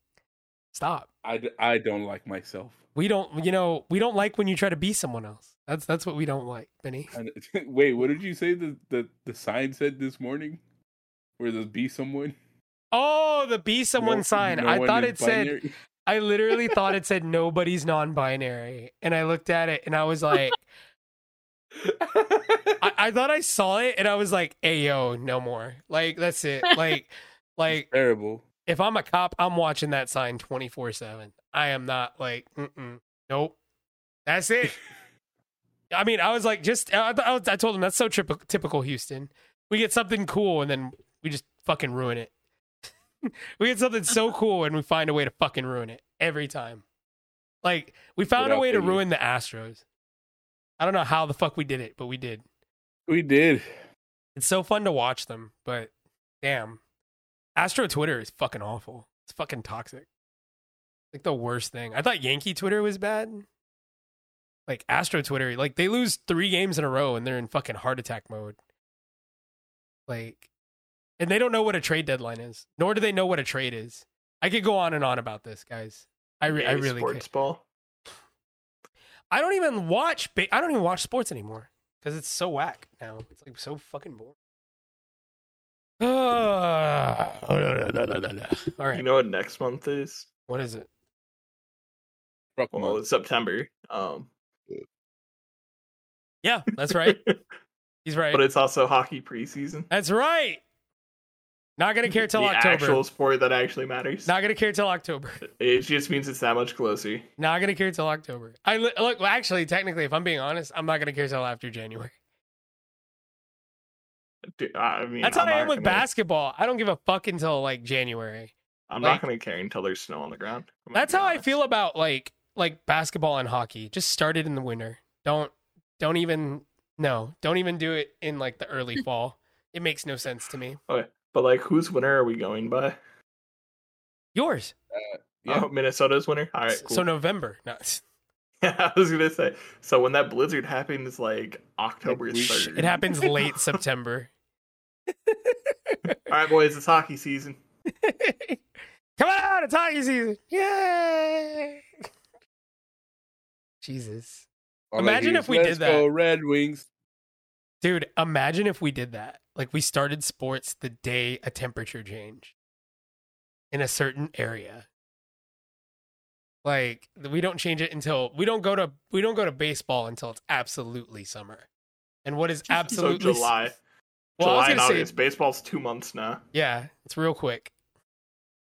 Speaker 1: stop.
Speaker 2: I, d- I don't like myself.
Speaker 1: We don't. You know, we don't like when you try to be someone else. That's that's what we don't like, Benny.
Speaker 2: And- Wait, what did you say the, the the sign said this morning? Where there's be someone?
Speaker 1: Oh, the be someone
Speaker 2: No-
Speaker 1: sign.
Speaker 2: no
Speaker 1: I
Speaker 2: one
Speaker 1: thought
Speaker 2: is
Speaker 1: it said.
Speaker 2: binary?
Speaker 1: I literally thought it said nobody's non-binary, and I looked at it and I was like, I, I thought I saw it and I was like, "Ayo, no more." Like that's it. Like, like
Speaker 2: terrible.
Speaker 1: if I'm a cop, I'm watching that sign 24 7. I am not like, mm-mm, nope. That's it. I mean, I was like, just, I, I, was- I told him that's so typ- typical Houston. We get something cool and then we just fucking ruin it. we get something so cool and we find a way to fucking ruin it every time. Like, we found a
Speaker 2: Without
Speaker 1: way to
Speaker 2: thinking.
Speaker 1: ruin the Astros. I don't know how the fuck we did it, but we did.
Speaker 2: We did.
Speaker 1: It's so fun to watch them, but damn. Astro Twitter is fucking awful. It's fucking toxic. Like the worst thing. I thought Yankee Twitter was bad. Like Astro Twitter, like they lose three games in a row and they're in fucking heart attack mode. Like, and they don't know what a trade deadline is, nor do they know what a trade is. I could go on and on about this, guys. I, re- I
Speaker 4: Maybe
Speaker 1: really could.
Speaker 4: sports ball.
Speaker 1: I don't even watch. Ba- I don't even watch sports anymore because it's so whack now. It's like so fucking boring. Ah. All
Speaker 4: You
Speaker 1: right,
Speaker 4: know what next month is?
Speaker 1: what is it?
Speaker 2: Fuck
Speaker 4: Well,
Speaker 2: month.
Speaker 4: it's September. Um,
Speaker 1: Yeah, that's right. He's right.
Speaker 4: but it's also hockey preseason.
Speaker 1: that's right. Not gonna care till
Speaker 4: the
Speaker 1: October.
Speaker 4: actual sport that actually matters.
Speaker 1: Not gonna care till October.
Speaker 4: It just means it's that much closer.
Speaker 1: Not gonna care till October. I li- look. Well, actually, technically, if I'm being honest, I'm not gonna care till after January.
Speaker 4: D- I mean,
Speaker 1: That's
Speaker 4: I'm
Speaker 1: how I
Speaker 4: not
Speaker 1: am with
Speaker 4: gonna-
Speaker 1: basketball. I don't give a fuck until like January.
Speaker 4: I'm
Speaker 1: Like-
Speaker 4: not going to care until there's snow on the ground. oh I'm gonna
Speaker 1: That's
Speaker 4: be
Speaker 1: how I
Speaker 4: honest.
Speaker 1: feel about like like basketball and hockey. Just start it in the winter. Don't don't even no, don't even do it in like the early fall. It makes no sense to me.
Speaker 4: Okay, but like, whose winner are we going by?
Speaker 1: Yours.
Speaker 2: Yeah.
Speaker 4: Oh, Minnesota's winner. All right, cool.
Speaker 1: So November. No,
Speaker 4: I was gonna say. So when that blizzard happened, is like October
Speaker 2: we-
Speaker 4: third.
Speaker 1: it happens late September.
Speaker 4: All right, boys, it's hockey season.
Speaker 1: Come on, it's hockey season. Yay. Jesus.
Speaker 2: All I
Speaker 1: Imagine
Speaker 2: hear
Speaker 1: if
Speaker 2: is,
Speaker 1: we did
Speaker 2: "Let's go
Speaker 1: that."
Speaker 2: Red Wings.
Speaker 1: Dude, imagine if we did that. Like we started sports the day a temperature change in a certain area. Like we don't change it until we don't go to we don't go to baseball until it's absolutely summer. And what is absolutely
Speaker 4: So July,
Speaker 1: Well, I was
Speaker 4: July and
Speaker 1: gonna say-
Speaker 4: August. Baseball's two months now.
Speaker 1: Yeah, it's real quick.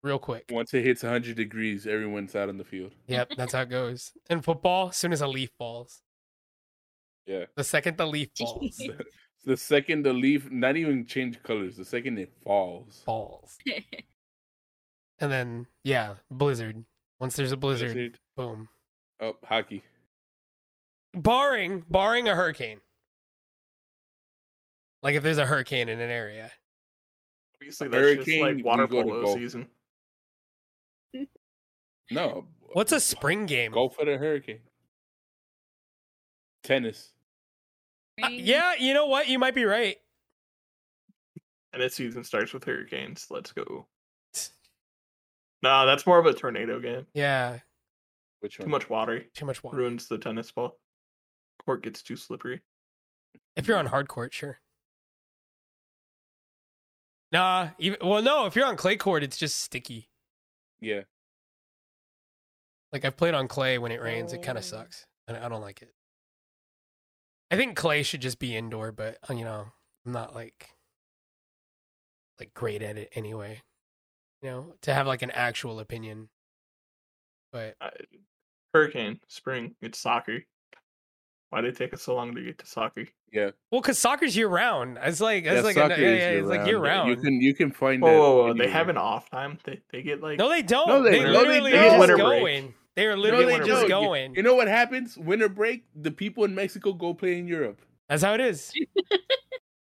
Speaker 1: Real quick.
Speaker 2: Once it hits 100 degrees, everyone's out on the field.
Speaker 1: Yep, that's how it goes. And football, as soon as a leaf falls.
Speaker 2: Yeah.
Speaker 1: The second the leaf falls.
Speaker 3: Jeez.
Speaker 2: The second the leaf, not even change colors. The second it falls,
Speaker 1: Balls. And then yeah, blizzard. Once there's a blizzard,
Speaker 2: Blizzard.
Speaker 1: boom.
Speaker 2: Oh, hockey.
Speaker 1: Barring barring a hurricane. Like if there's a hurricane in an area.
Speaker 4: Obviously,
Speaker 2: A
Speaker 4: that's just
Speaker 2: hurricane, you
Speaker 4: like water
Speaker 2: go to
Speaker 4: polo
Speaker 2: golf.
Speaker 4: season.
Speaker 2: No, uh,
Speaker 1: What's a spring game?
Speaker 2: go for the hurricane. Tennis.
Speaker 1: Uh, yeah, you know what? You might be right.
Speaker 4: And its season starts with hurricanes. Let's go. Nah, that's more of a tornado game.
Speaker 1: Yeah,
Speaker 2: Which one?
Speaker 4: Too much water
Speaker 1: too much water.
Speaker 4: ruins the tennis ball. Court gets too slippery.
Speaker 1: If you're on hard court, sure. Nah, even, well, no. If you're on clay court, it's just sticky.
Speaker 2: Yeah.
Speaker 1: Like I've played on clay when it rains, it kind of sucks, and I don't like it. I think clay should just be indoor, but uh, you know, I'm not like like great at it anyway. You know, to have like an actual opinion. But
Speaker 4: I, hurricane, spring, it's soccer. Why did it take us so long to get to soccer?
Speaker 1: well, because soccer's year round, it's like it's
Speaker 2: Yeah,
Speaker 1: like
Speaker 2: soccer
Speaker 1: yeah,
Speaker 2: is
Speaker 1: yeah, it's like
Speaker 2: year-round.
Speaker 1: year round.
Speaker 2: You can you can find.
Speaker 4: Whoa,
Speaker 2: that
Speaker 4: whoa, whoa, they
Speaker 2: anywhere.
Speaker 4: have an off time. They they get like
Speaker 1: No, they don't.
Speaker 2: No, they-
Speaker 1: they,
Speaker 2: no, they
Speaker 1: literally
Speaker 2: don't.
Speaker 1: are just
Speaker 4: Winter break.
Speaker 1: going. They are
Speaker 2: No,
Speaker 1: literally
Speaker 4: they
Speaker 1: just
Speaker 4: don't.
Speaker 2: You-
Speaker 1: going.
Speaker 2: You know what happens? Winter break. The people in Mexico go play in Europe.
Speaker 1: That's how it is.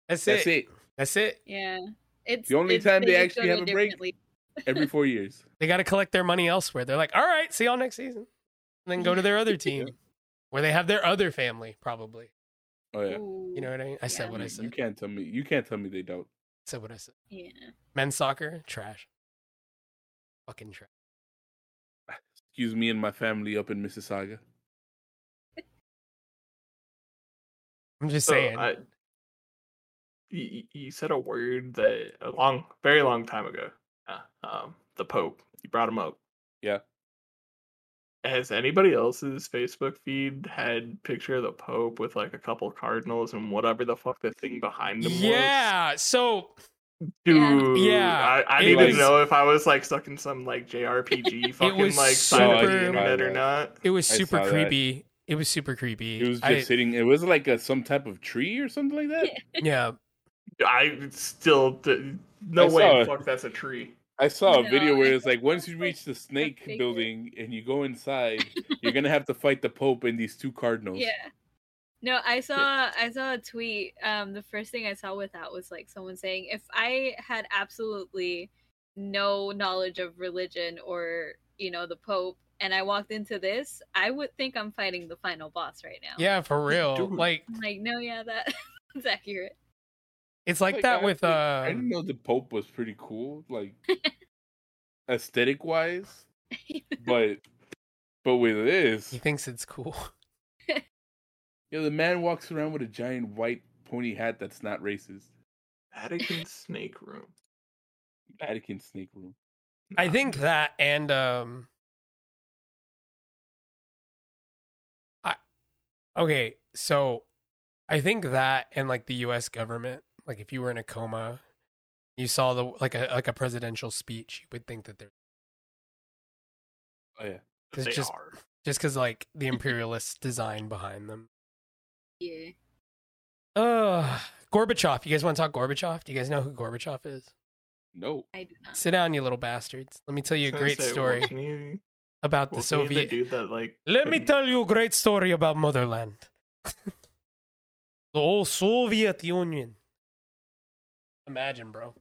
Speaker 1: That's it.
Speaker 2: That's it.
Speaker 1: That's it.
Speaker 3: Yeah. It's
Speaker 2: The only
Speaker 3: it's-
Speaker 2: time they
Speaker 3: just
Speaker 2: actually
Speaker 3: go to
Speaker 2: have a break-
Speaker 3: different leagues.
Speaker 2: Every four years.
Speaker 1: They got to collect their money elsewhere. They're like, all right, see y'all next season. And then go to their other team where they have their other family, probably.
Speaker 2: Oh yeah.
Speaker 3: Ooh,
Speaker 1: You know what I mean? I said
Speaker 3: Yeah.
Speaker 1: what I
Speaker 2: You-
Speaker 1: said.
Speaker 2: You can't tell me. You can't tell me they don't.
Speaker 1: said what I said.
Speaker 3: Yeah.
Speaker 1: Men's soccer, trash. Fucking trash.
Speaker 2: Excuse me and my family up in Mississauga.
Speaker 1: I'm just
Speaker 4: so
Speaker 1: saying.
Speaker 4: Oh, I- you, you said a word that a long, very long time ago. Uh, um, the Pope. You brought him up.
Speaker 2: Yeah.
Speaker 4: Has anybody else's Facebook feed had picture of the Pope with like a couple cardinals and whatever the fuck the thing behind him was?
Speaker 1: yeah. So
Speaker 4: Dude,
Speaker 1: Yeah,
Speaker 4: I, I
Speaker 1: it
Speaker 4: needed
Speaker 2: was-
Speaker 4: to know if I was like stuck in some like JRPG fucking
Speaker 1: was
Speaker 4: like side of
Speaker 1: super-
Speaker 4: the internet or not.
Speaker 1: it was
Speaker 2: I
Speaker 1: super
Speaker 2: saw that.
Speaker 1: creepy. It was super creepy.
Speaker 2: It was just
Speaker 1: I-
Speaker 2: sitting. It was like a, some type of tree or something like that.
Speaker 1: yeah.
Speaker 4: I still d- no
Speaker 2: I saw
Speaker 4: way.
Speaker 2: it.
Speaker 4: Fuck, that's a tree.
Speaker 2: I saw a
Speaker 3: No,
Speaker 2: video where
Speaker 3: it's
Speaker 2: it's like once you
Speaker 3: like
Speaker 2: reach the snake
Speaker 3: figure.
Speaker 2: building and you go inside, you're gonna have to fight the Pope and these two cardinals.
Speaker 3: Yeah. No, I saw I saw a tweet. Um, the first thing I saw with that was like someone saying, "If I had absolutely no knowledge of religion or you know the Pope, and I walked into this, I would think I'm fighting the final boss right now."
Speaker 1: Yeah, for real.
Speaker 2: Dude.
Speaker 1: Like,
Speaker 3: I'm like, no, yeah, that that's accurate.
Speaker 1: it's like, that
Speaker 2: I
Speaker 1: with.
Speaker 2: actually-
Speaker 1: Uh,
Speaker 2: I didn't know the Pope was pretty cool, like aesthetic wise, but but with this,
Speaker 1: He thinks it's cool.
Speaker 2: yo, the man walks around with a giant white pony hat that's not racist.
Speaker 4: Vatican snake room.
Speaker 2: Vatican snake room.
Speaker 1: I
Speaker 4: Nah.
Speaker 1: think that and um I okay, so I think that and like the US government, like if you were in a coma, you saw the like a like a presidential speech, you would think that they're
Speaker 2: Oh yeah,
Speaker 1: it's
Speaker 4: they
Speaker 1: just-
Speaker 4: are.
Speaker 1: just cuz like the imperialist design behind them.
Speaker 3: Yeah.
Speaker 1: Uh Gorbachev, you guys want to talk Gorbachev? Do you guys know who Gorbachev is?
Speaker 2: no.
Speaker 3: I do not.
Speaker 1: Sit down, you little bastards. Let me tell you a
Speaker 4: Gonna
Speaker 1: great
Speaker 4: say,
Speaker 1: story
Speaker 4: wasn't he-
Speaker 1: about the
Speaker 4: wasn't he
Speaker 1: Soviet
Speaker 4: dude that like
Speaker 1: Let me
Speaker 4: couldn't-
Speaker 1: tell you a great story about motherland. the old Soviet Union. Imagine, bro.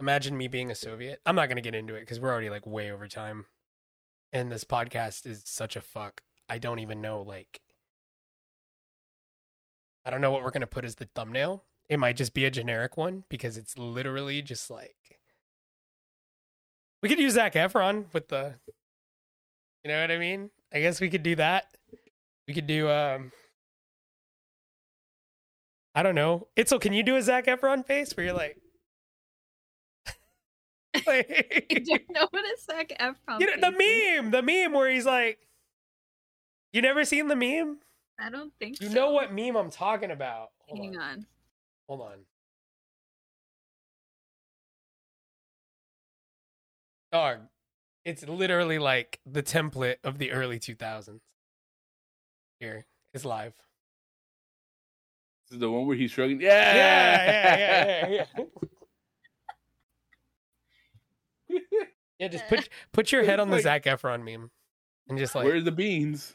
Speaker 1: Imagine me being a Soviet. I'm not going to get into it because we're already like way over time. And this podcast is such a fuck. I don't even know, like, I don't know what we're going to put as the thumbnail. It might just be a generic one because it's literally just like. We could use Zach Efron with the you know what I mean? I guess we could do that. We could do um I don't know. Itzel, can you do a Zach Efron face where you're like
Speaker 3: I
Speaker 1: Like-
Speaker 3: don't know what a Zac Efron.
Speaker 1: You know, the
Speaker 3: face is.
Speaker 1: meme, the meme where he's like You never seen the meme?
Speaker 3: I don't think
Speaker 1: You
Speaker 3: so.
Speaker 1: know what meme I'm talking about. Hold
Speaker 3: Hang
Speaker 1: on.
Speaker 3: on.
Speaker 1: Hold on. Dog, it's literally like the template of the early 2000s. Here, it's live.
Speaker 2: Is The one where he's shrugging.
Speaker 1: Yeah,
Speaker 2: Yeah,
Speaker 1: yeah, yeah, yeah. yeah. Yeah, just put put your head on the
Speaker 2: Like-
Speaker 1: Zac Efron meme, and just like,
Speaker 2: Where are the beans?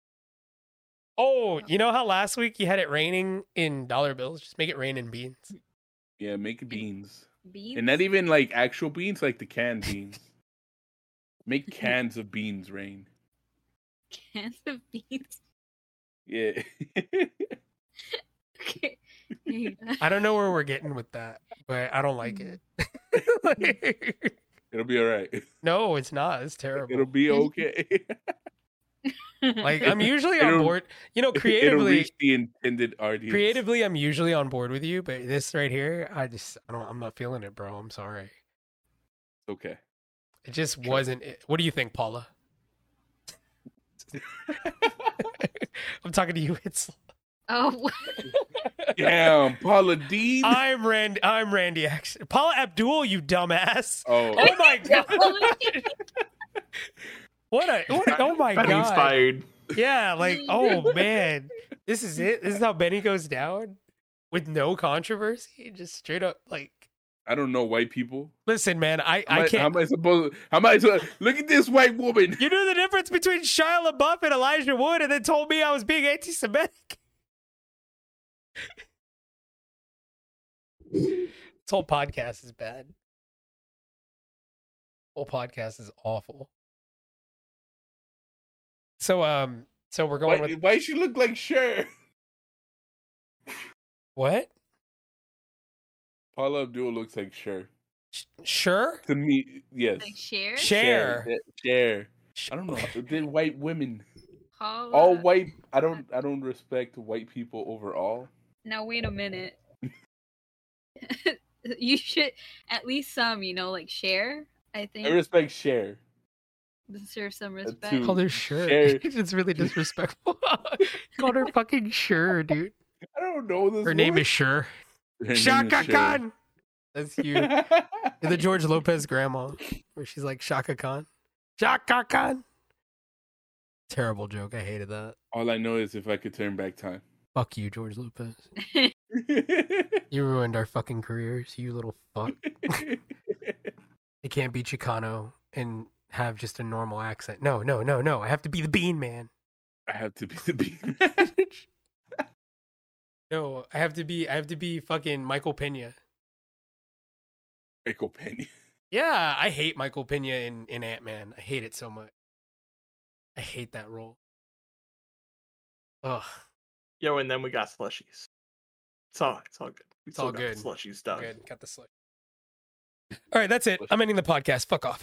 Speaker 1: oh, you know how last week you had it raining in dollar bills? Just make it rain in beans.
Speaker 2: Yeah, make beans,
Speaker 3: Beans.
Speaker 2: and not even like actual beans, like the canned beans. Make cans of beans rain.
Speaker 3: cans of beans.
Speaker 2: Yeah.
Speaker 3: Okay. Here you go.
Speaker 1: I don't know where we're getting with that, but I don't like it. Like,
Speaker 2: It'll be all right.
Speaker 1: no, it's not. It's
Speaker 2: It'll
Speaker 1: terrible.
Speaker 2: be okay.
Speaker 1: Like uh, I'm usually on
Speaker 2: It'll-
Speaker 1: board. You know,
Speaker 2: It'll
Speaker 1: creatively,
Speaker 2: reach the intended audience.
Speaker 1: creatively, I'm usually on board with you, but this right here, I just, I don't, I'm not feeling it, bro. I'm sorry.
Speaker 2: Okay.
Speaker 1: It just wasn't. It. What do you think, Paula? I'm talking to you. It's
Speaker 3: Oh,
Speaker 2: Damn, Paula Dean.
Speaker 1: I'm Rand. I'm Randy. Action. Paula Abdul, you dumbass.
Speaker 2: Oh,
Speaker 1: Oh my god.
Speaker 3: holy
Speaker 1: What a. What a- oh my
Speaker 4: Benny's
Speaker 1: god.
Speaker 4: fired.
Speaker 1: Yeah. Like. Oh man. This is it. This is how Benny goes down, with no controversy. Just straight up like.
Speaker 2: I don't know white people.
Speaker 1: Listen, man. I.
Speaker 2: How am
Speaker 1: I
Speaker 2: How
Speaker 1: can't.
Speaker 2: am I supposed? How am I supposed? Look at this white woman.
Speaker 1: You knew the difference between Shia LaBeouf and Elijah Wood, and then told me I was being anti-Semitic. this whole podcast is bad. Whole podcast is awful. So um, so we're going
Speaker 2: Why,
Speaker 1: with
Speaker 2: why she look like Cher?
Speaker 1: what?
Speaker 2: Paula Abdul looks like Cher
Speaker 1: Sh- Sure,
Speaker 2: to me. Yes,
Speaker 3: like share.
Speaker 1: share.
Speaker 2: Cher. Cher.
Speaker 1: Sh-
Speaker 2: I don't know. They're white women.
Speaker 3: Paula.
Speaker 2: All white. I don't. I don't respect white people overall.
Speaker 3: Now wait a minute. you should at least some, you know, like share. I think
Speaker 2: I respect Cher.
Speaker 3: deserve some
Speaker 2: That's
Speaker 3: respect.
Speaker 2: too-
Speaker 1: Call her sure.
Speaker 2: Share.
Speaker 1: it's really disrespectful. Called her fucking sure, dude.
Speaker 2: I don't know this.
Speaker 1: Her name
Speaker 2: woman.
Speaker 1: is Sure.
Speaker 2: Her name is
Speaker 1: Shaka
Speaker 2: Cher.
Speaker 1: Khan. That's you. the George Lopez grandma, where she's like Shaka Khan. Shaka Khan. Terrible joke. I hated that.
Speaker 2: All I know is if I could turn back time.
Speaker 1: Fuck you, George Lopez. You ruined our fucking careers, you little fuck. It can't be Chicano and have just a normal accent. No, no, no, no. I have to be the bean man.
Speaker 2: I have to be the bean.
Speaker 1: no, I have to be I have to be fucking Michael Pena.
Speaker 2: Michael Penny.
Speaker 1: Yeah, I hate Michael Pena in, in Ant Man. I hate it so much. I hate that role. Ugh.
Speaker 4: Yo, and then we got slushies. It's all it's all good. We
Speaker 1: It's
Speaker 4: still
Speaker 1: all
Speaker 4: got the
Speaker 1: good.
Speaker 4: Slushies done.
Speaker 1: Good. Got the slip. All right, that's it. I'm ending the podcast. Fuck off.